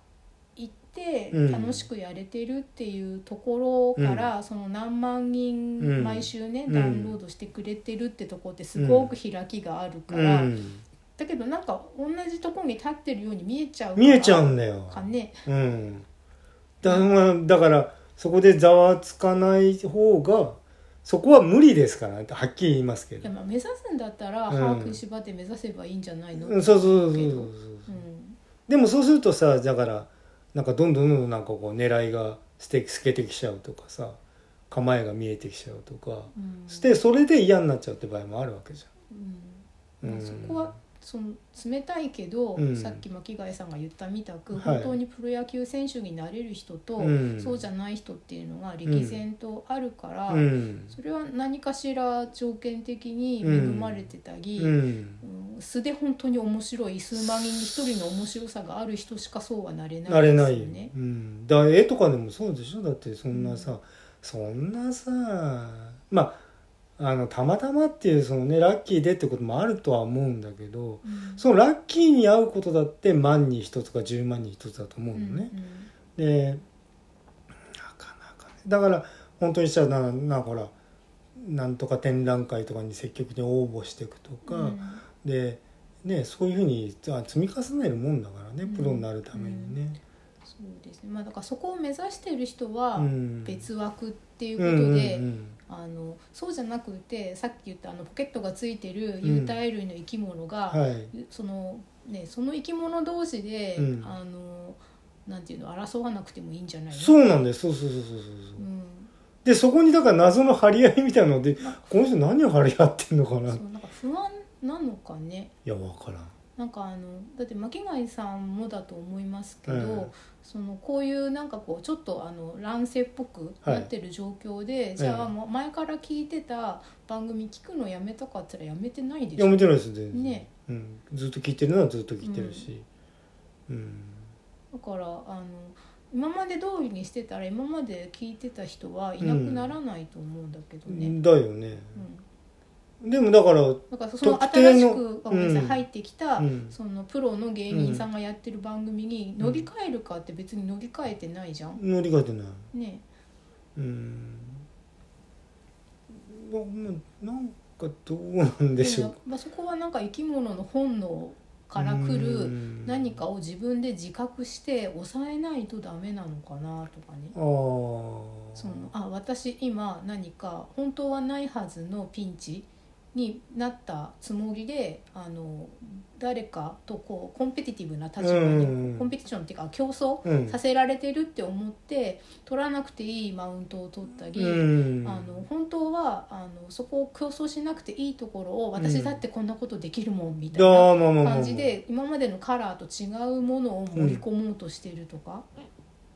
Speaker 2: いて
Speaker 1: うん
Speaker 2: 楽しくやれてるっていうところから、その何万
Speaker 1: うん
Speaker 2: 人毎週ね、
Speaker 1: うん
Speaker 2: ダウンロードしてくれてるってとこってすごく開きがあるか
Speaker 1: う
Speaker 2: ら、
Speaker 1: ん、
Speaker 2: だけどなんか同じとこに立ってるように見えちゃうから
Speaker 1: 見えちゃうんだよ。
Speaker 2: かね。
Speaker 1: うん、だまあだからそこでざわつかない方がそこは無理ですからねはっきり言いますけ
Speaker 2: いや
Speaker 1: ど。
Speaker 2: まあ目指すんだったら
Speaker 1: うん
Speaker 2: 歯食いしばって目指せばいいんじゃないの、
Speaker 1: うん、そうそうそうそう
Speaker 2: け
Speaker 1: そ
Speaker 2: ど
Speaker 1: う。
Speaker 2: うん
Speaker 1: でもそうするとさだからなんかどんどんどんどんなんかこう狙いが捨て透けてきちゃうとかさ構えが見えてきちゃうとか。
Speaker 2: うん
Speaker 1: そしてそれで嫌になっちゃうって場合もあるわけじゃ
Speaker 2: う
Speaker 1: ん。
Speaker 2: んまあ、そこはその冷たいけど、
Speaker 1: うん
Speaker 2: さっき巻貝さんが言ったみたく、
Speaker 1: はい
Speaker 2: 本当にプロ野球選手になれる人と、
Speaker 1: うん
Speaker 2: そうじゃない人っていうのが歴然とあるから、
Speaker 1: うん、
Speaker 2: それは何かしら条件的に恵まれてたり、
Speaker 1: う
Speaker 2: うん
Speaker 1: ん、
Speaker 2: 素で本当に面白い数万人に一人の面白さがある人しかそうはなれな
Speaker 1: ないれ
Speaker 2: ですよ
Speaker 1: ないよ、
Speaker 2: ね。
Speaker 1: うん、だ絵とかでもそうでしょだってそんなさ、そんなさまああのたまたまっていうそのねラッキーでってこともあるとは思うんだけど
Speaker 2: うん
Speaker 1: そのラッキーに合うことだって万に一つか十万に一つだと思うのね。
Speaker 2: うん
Speaker 1: でなかなかねだから本当にしたらななほらなんとか展覧会とかに積極的に応募していくと
Speaker 2: う
Speaker 1: か、
Speaker 2: んうん
Speaker 1: で、ね、そういうふうにあ積み重ねるもんだからね
Speaker 2: うん
Speaker 1: プロになるためにね。
Speaker 2: そうですね。まあだからそこを目指してる人は
Speaker 1: うん
Speaker 2: 別枠っていう
Speaker 1: と
Speaker 2: ことで、
Speaker 1: うん
Speaker 2: あのそうじゃなくてさっき言ったあのポケットがついてる有袋類の生き物が、
Speaker 1: うんうん、はい、
Speaker 2: そのねその生き物同士で、
Speaker 1: うん
Speaker 2: あのなんていうの争わなくてもいいんじゃないの？
Speaker 1: そ。うなんだよそうそうそうそうそう
Speaker 2: う。
Speaker 1: そうんでそこにだから謎の張り合いみたいなので
Speaker 2: あ
Speaker 1: この人何を張り合ってんのか
Speaker 2: そ
Speaker 1: ないう
Speaker 2: なんか不安なのかね。
Speaker 1: や分からん
Speaker 2: なんかあのだって巻貝さんもだと思いますけど、
Speaker 1: うん
Speaker 2: そのこういうなんかこうちょっとあの乱世っぽく
Speaker 1: はい
Speaker 2: なってる状況で、じゃ
Speaker 1: え
Speaker 2: あ
Speaker 1: え
Speaker 2: もう前から聞いてた番組聞くのやめたかって言ったらやめてないでし
Speaker 1: や
Speaker 2: ょ
Speaker 1: めてないです全然、
Speaker 2: ね
Speaker 1: うん、ずっと聞いてるのはずっと聞いてるし、うん
Speaker 2: だからあの今まで通りにしてたら今まで聞いてた人はいなくならないと思うんだけどね、うん
Speaker 1: だよねでもだから
Speaker 2: だからその新しく
Speaker 1: 特定の
Speaker 2: あごめんなさい
Speaker 1: うん
Speaker 2: 入ってきた、
Speaker 1: うん
Speaker 2: そのプロの芸人さんがやってる番組に乗り換えるかって別に乗り換えてないじゃん、
Speaker 1: 乗り換えてない
Speaker 2: ね
Speaker 1: うんまあなんかどうなんでしょう
Speaker 2: もまあ、そこはなんか生き物の本能からく
Speaker 1: う
Speaker 2: る
Speaker 1: ん
Speaker 2: 何かを自分で自覚して抑えないとダメなのかなとかね
Speaker 1: ああ
Speaker 2: そのあ私今何か本当はないはずのピンチになったつもりであの誰かとこうコンペティティブな立場に、
Speaker 1: うんうんうん
Speaker 2: コンペティションっていうか競争
Speaker 1: うん
Speaker 2: させられてるって思って取らなくていいマウントを取ったり、
Speaker 1: うん
Speaker 2: あの本当はあのそこを競争しなくていいところを私だってこんなことできるもんみたいな
Speaker 1: あーまあまあまあまあ
Speaker 2: 感じで今までのカラーと違うものを盛り込もうとしてるとか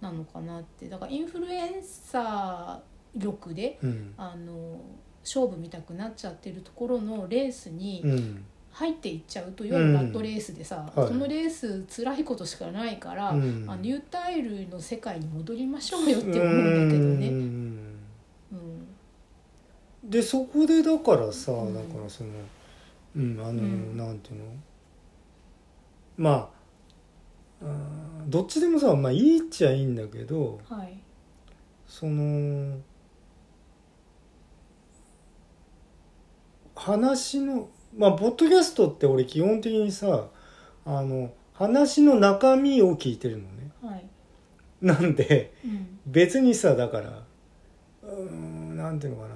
Speaker 2: なのかなってだからインフルエンサー力で
Speaker 1: うん
Speaker 2: あの勝負見たくなっちゃってるところのレースに
Speaker 1: うん
Speaker 2: 入っていっちゃうといわゆるバッドレースでさ、
Speaker 1: うんはい
Speaker 2: そのレース辛いことしかないから、
Speaker 1: うん
Speaker 2: あのニュータイルの世界に戻りましょうよって思うんだけど
Speaker 1: う
Speaker 2: ね。
Speaker 1: ん
Speaker 2: うん
Speaker 1: でそこでだからさ、
Speaker 2: うん
Speaker 1: だからそのうんあの、
Speaker 2: ん
Speaker 1: なんていうのまああーどっちでもさまあいいっちゃいいんだけど
Speaker 2: はい
Speaker 1: その話のまあポッドキャストって俺基本的にさあの話の中身を聞いてるのね
Speaker 2: はい、
Speaker 1: なんで
Speaker 2: うん
Speaker 1: 別にさだからうーんなんていうのかな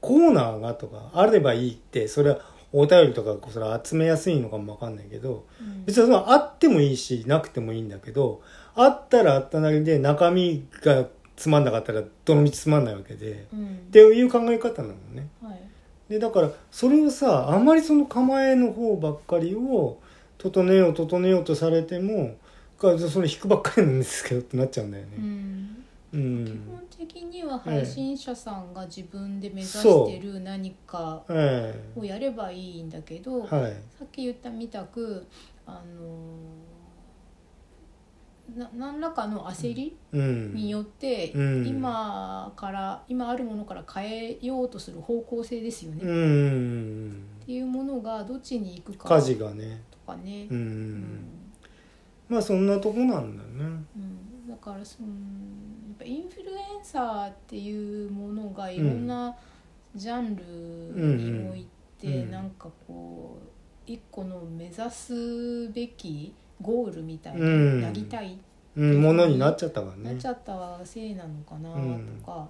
Speaker 1: コーナーがとかあればいいってそれはお便りとかそれは集めやすいのかもわかんないけど
Speaker 2: うん
Speaker 1: 別にそのあってもいいしなくてもいいんだけどあったらあったなりで中身がつまんなかったらどのみちつまんないわけで
Speaker 2: うん
Speaker 1: っていう考え方なのね。
Speaker 2: はい
Speaker 1: でだからそれをさあんまりその構えの方ばっかりを整えよう整えようとされてもかそれ引くばっかりなんですけどってなっちゃうんだよ
Speaker 2: う
Speaker 1: ね。
Speaker 2: ん、
Speaker 1: うん
Speaker 2: 基本的には配信者さんが自分で目指してる何か
Speaker 1: え
Speaker 2: をやればいいんだけど、
Speaker 1: えはい
Speaker 2: さっき言ったみたくあのな何らかの焦り
Speaker 1: うん
Speaker 2: によって、
Speaker 1: うん
Speaker 2: 今から今あるものから変えようとする方向性ですよね、
Speaker 1: う
Speaker 2: っ
Speaker 1: ん
Speaker 2: ていうものがどっちに行くか
Speaker 1: 家
Speaker 2: と
Speaker 1: 事がね
Speaker 2: かね
Speaker 1: う。ん、
Speaker 2: うん
Speaker 1: まあそんなとこなんだよね
Speaker 2: うん、だからそのやっぱインフルエンサーっていうものがいろんなジャンルにおいて、
Speaker 1: うんうんうん
Speaker 2: なんかこう一個の目指すべきゴールみたいな、
Speaker 1: うん
Speaker 2: やりたい、
Speaker 1: うんものになっちゃったから
Speaker 2: なっ
Speaker 1: ね
Speaker 2: ちゃったせいなのかなとか、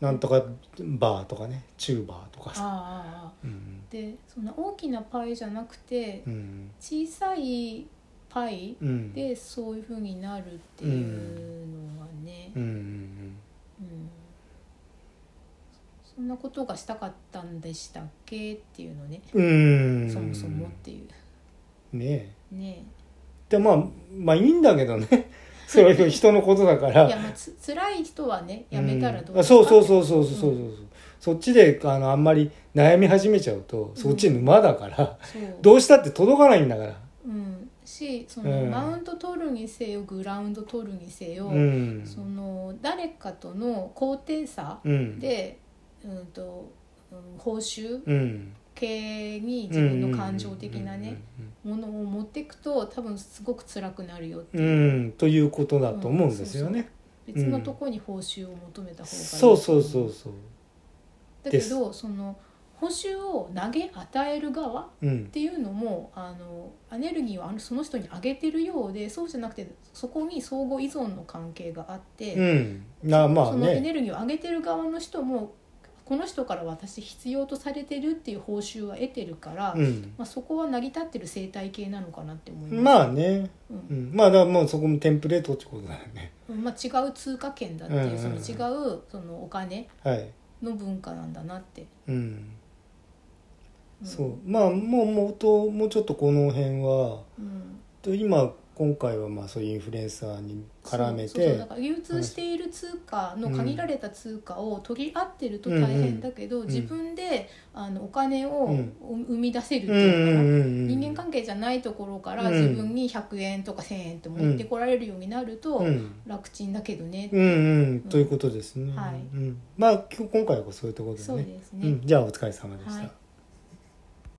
Speaker 1: なんとかバーとかねチューバーとか
Speaker 2: ああ
Speaker 1: さ
Speaker 2: ああ
Speaker 1: うん
Speaker 2: でそんな大きなパイじゃなくて
Speaker 1: うん
Speaker 2: 小さいパイ
Speaker 1: うん
Speaker 2: でそういうふうになるっていうのはね、
Speaker 1: うんうん
Speaker 2: うんそんなことがしたかったんでしたっけっていうのね、
Speaker 1: うんうん
Speaker 2: そもそもっていう
Speaker 1: ね
Speaker 2: ね
Speaker 1: えでまあまあいいんだけどねそれは人のことだから
Speaker 2: いやまあつ辛い人はねやめたらど
Speaker 1: う
Speaker 2: う
Speaker 1: んあ
Speaker 2: です
Speaker 1: そ
Speaker 2: か
Speaker 1: うそう
Speaker 2: う
Speaker 1: そうそうそうそうそう、そっちであのあんまり悩み始めちゃうとそっち沼だから、
Speaker 2: そう
Speaker 1: どうしたって届かないんだから
Speaker 2: うん、しその、
Speaker 1: うん
Speaker 2: マウント取るにせよグラウンド取るにせよ、
Speaker 1: うん
Speaker 2: その誰かとの高低差
Speaker 1: うん
Speaker 2: で、うんとうん報酬
Speaker 1: うん
Speaker 2: 系に自分の感情的なね、
Speaker 1: う
Speaker 2: ものを持っていくと多分すごく辛くなるよって
Speaker 1: んうんうんうんということだと思うんですよね、
Speaker 2: 別のとこに報酬を求めた方がいい、
Speaker 1: そうそうそうそう
Speaker 2: だけどその報酬を投げ与える側っ
Speaker 1: うん
Speaker 2: ていうのもあのエネルギーをあのその人にあげてるようでそうじゃなくてそこに相互依存の関係があって、
Speaker 1: うんなまあ
Speaker 2: そのエ
Speaker 1: ね
Speaker 2: ネルギーを上げてる側の人もこの人から私必要とされてるっていう報酬は得てるから、
Speaker 1: うん
Speaker 2: まあ、そこは成り立ってる生態系なのかなって思います。
Speaker 1: まあね、
Speaker 2: う
Speaker 1: うんん、まあだからもうそこもテンプレートってことだよね
Speaker 2: まあ、違う通貨圏だっていう、
Speaker 1: うんうんうん
Speaker 2: その違うそのお金
Speaker 1: はい
Speaker 2: の文化なんだなって、
Speaker 1: うん
Speaker 2: うん
Speaker 1: そうまあもうもうともうちょっとこの辺は
Speaker 2: うん
Speaker 1: と今今回はまあそういうインフルエンサーに絡め
Speaker 2: そうそうそうだ
Speaker 1: て
Speaker 2: から流通している通貨の限られた通貨を取り合ってると
Speaker 1: うん
Speaker 2: 大変だけど、
Speaker 1: ん
Speaker 2: 自分であのお金を
Speaker 1: うん
Speaker 2: 生生み出せるって
Speaker 1: う
Speaker 2: いうのかな、人
Speaker 1: 人
Speaker 2: 間関係じゃないところから
Speaker 1: うん
Speaker 2: 自分に100円とか1,000円と持ってこられるようになると
Speaker 1: うん
Speaker 2: 楽ちんだけどね、
Speaker 1: うんうんということですね
Speaker 2: はい
Speaker 1: うんまあ今日今回はそういうところで
Speaker 2: そう
Speaker 1: ね
Speaker 2: です
Speaker 1: う
Speaker 2: ね、
Speaker 1: んじゃあお疲れ様でし
Speaker 2: はい
Speaker 1: た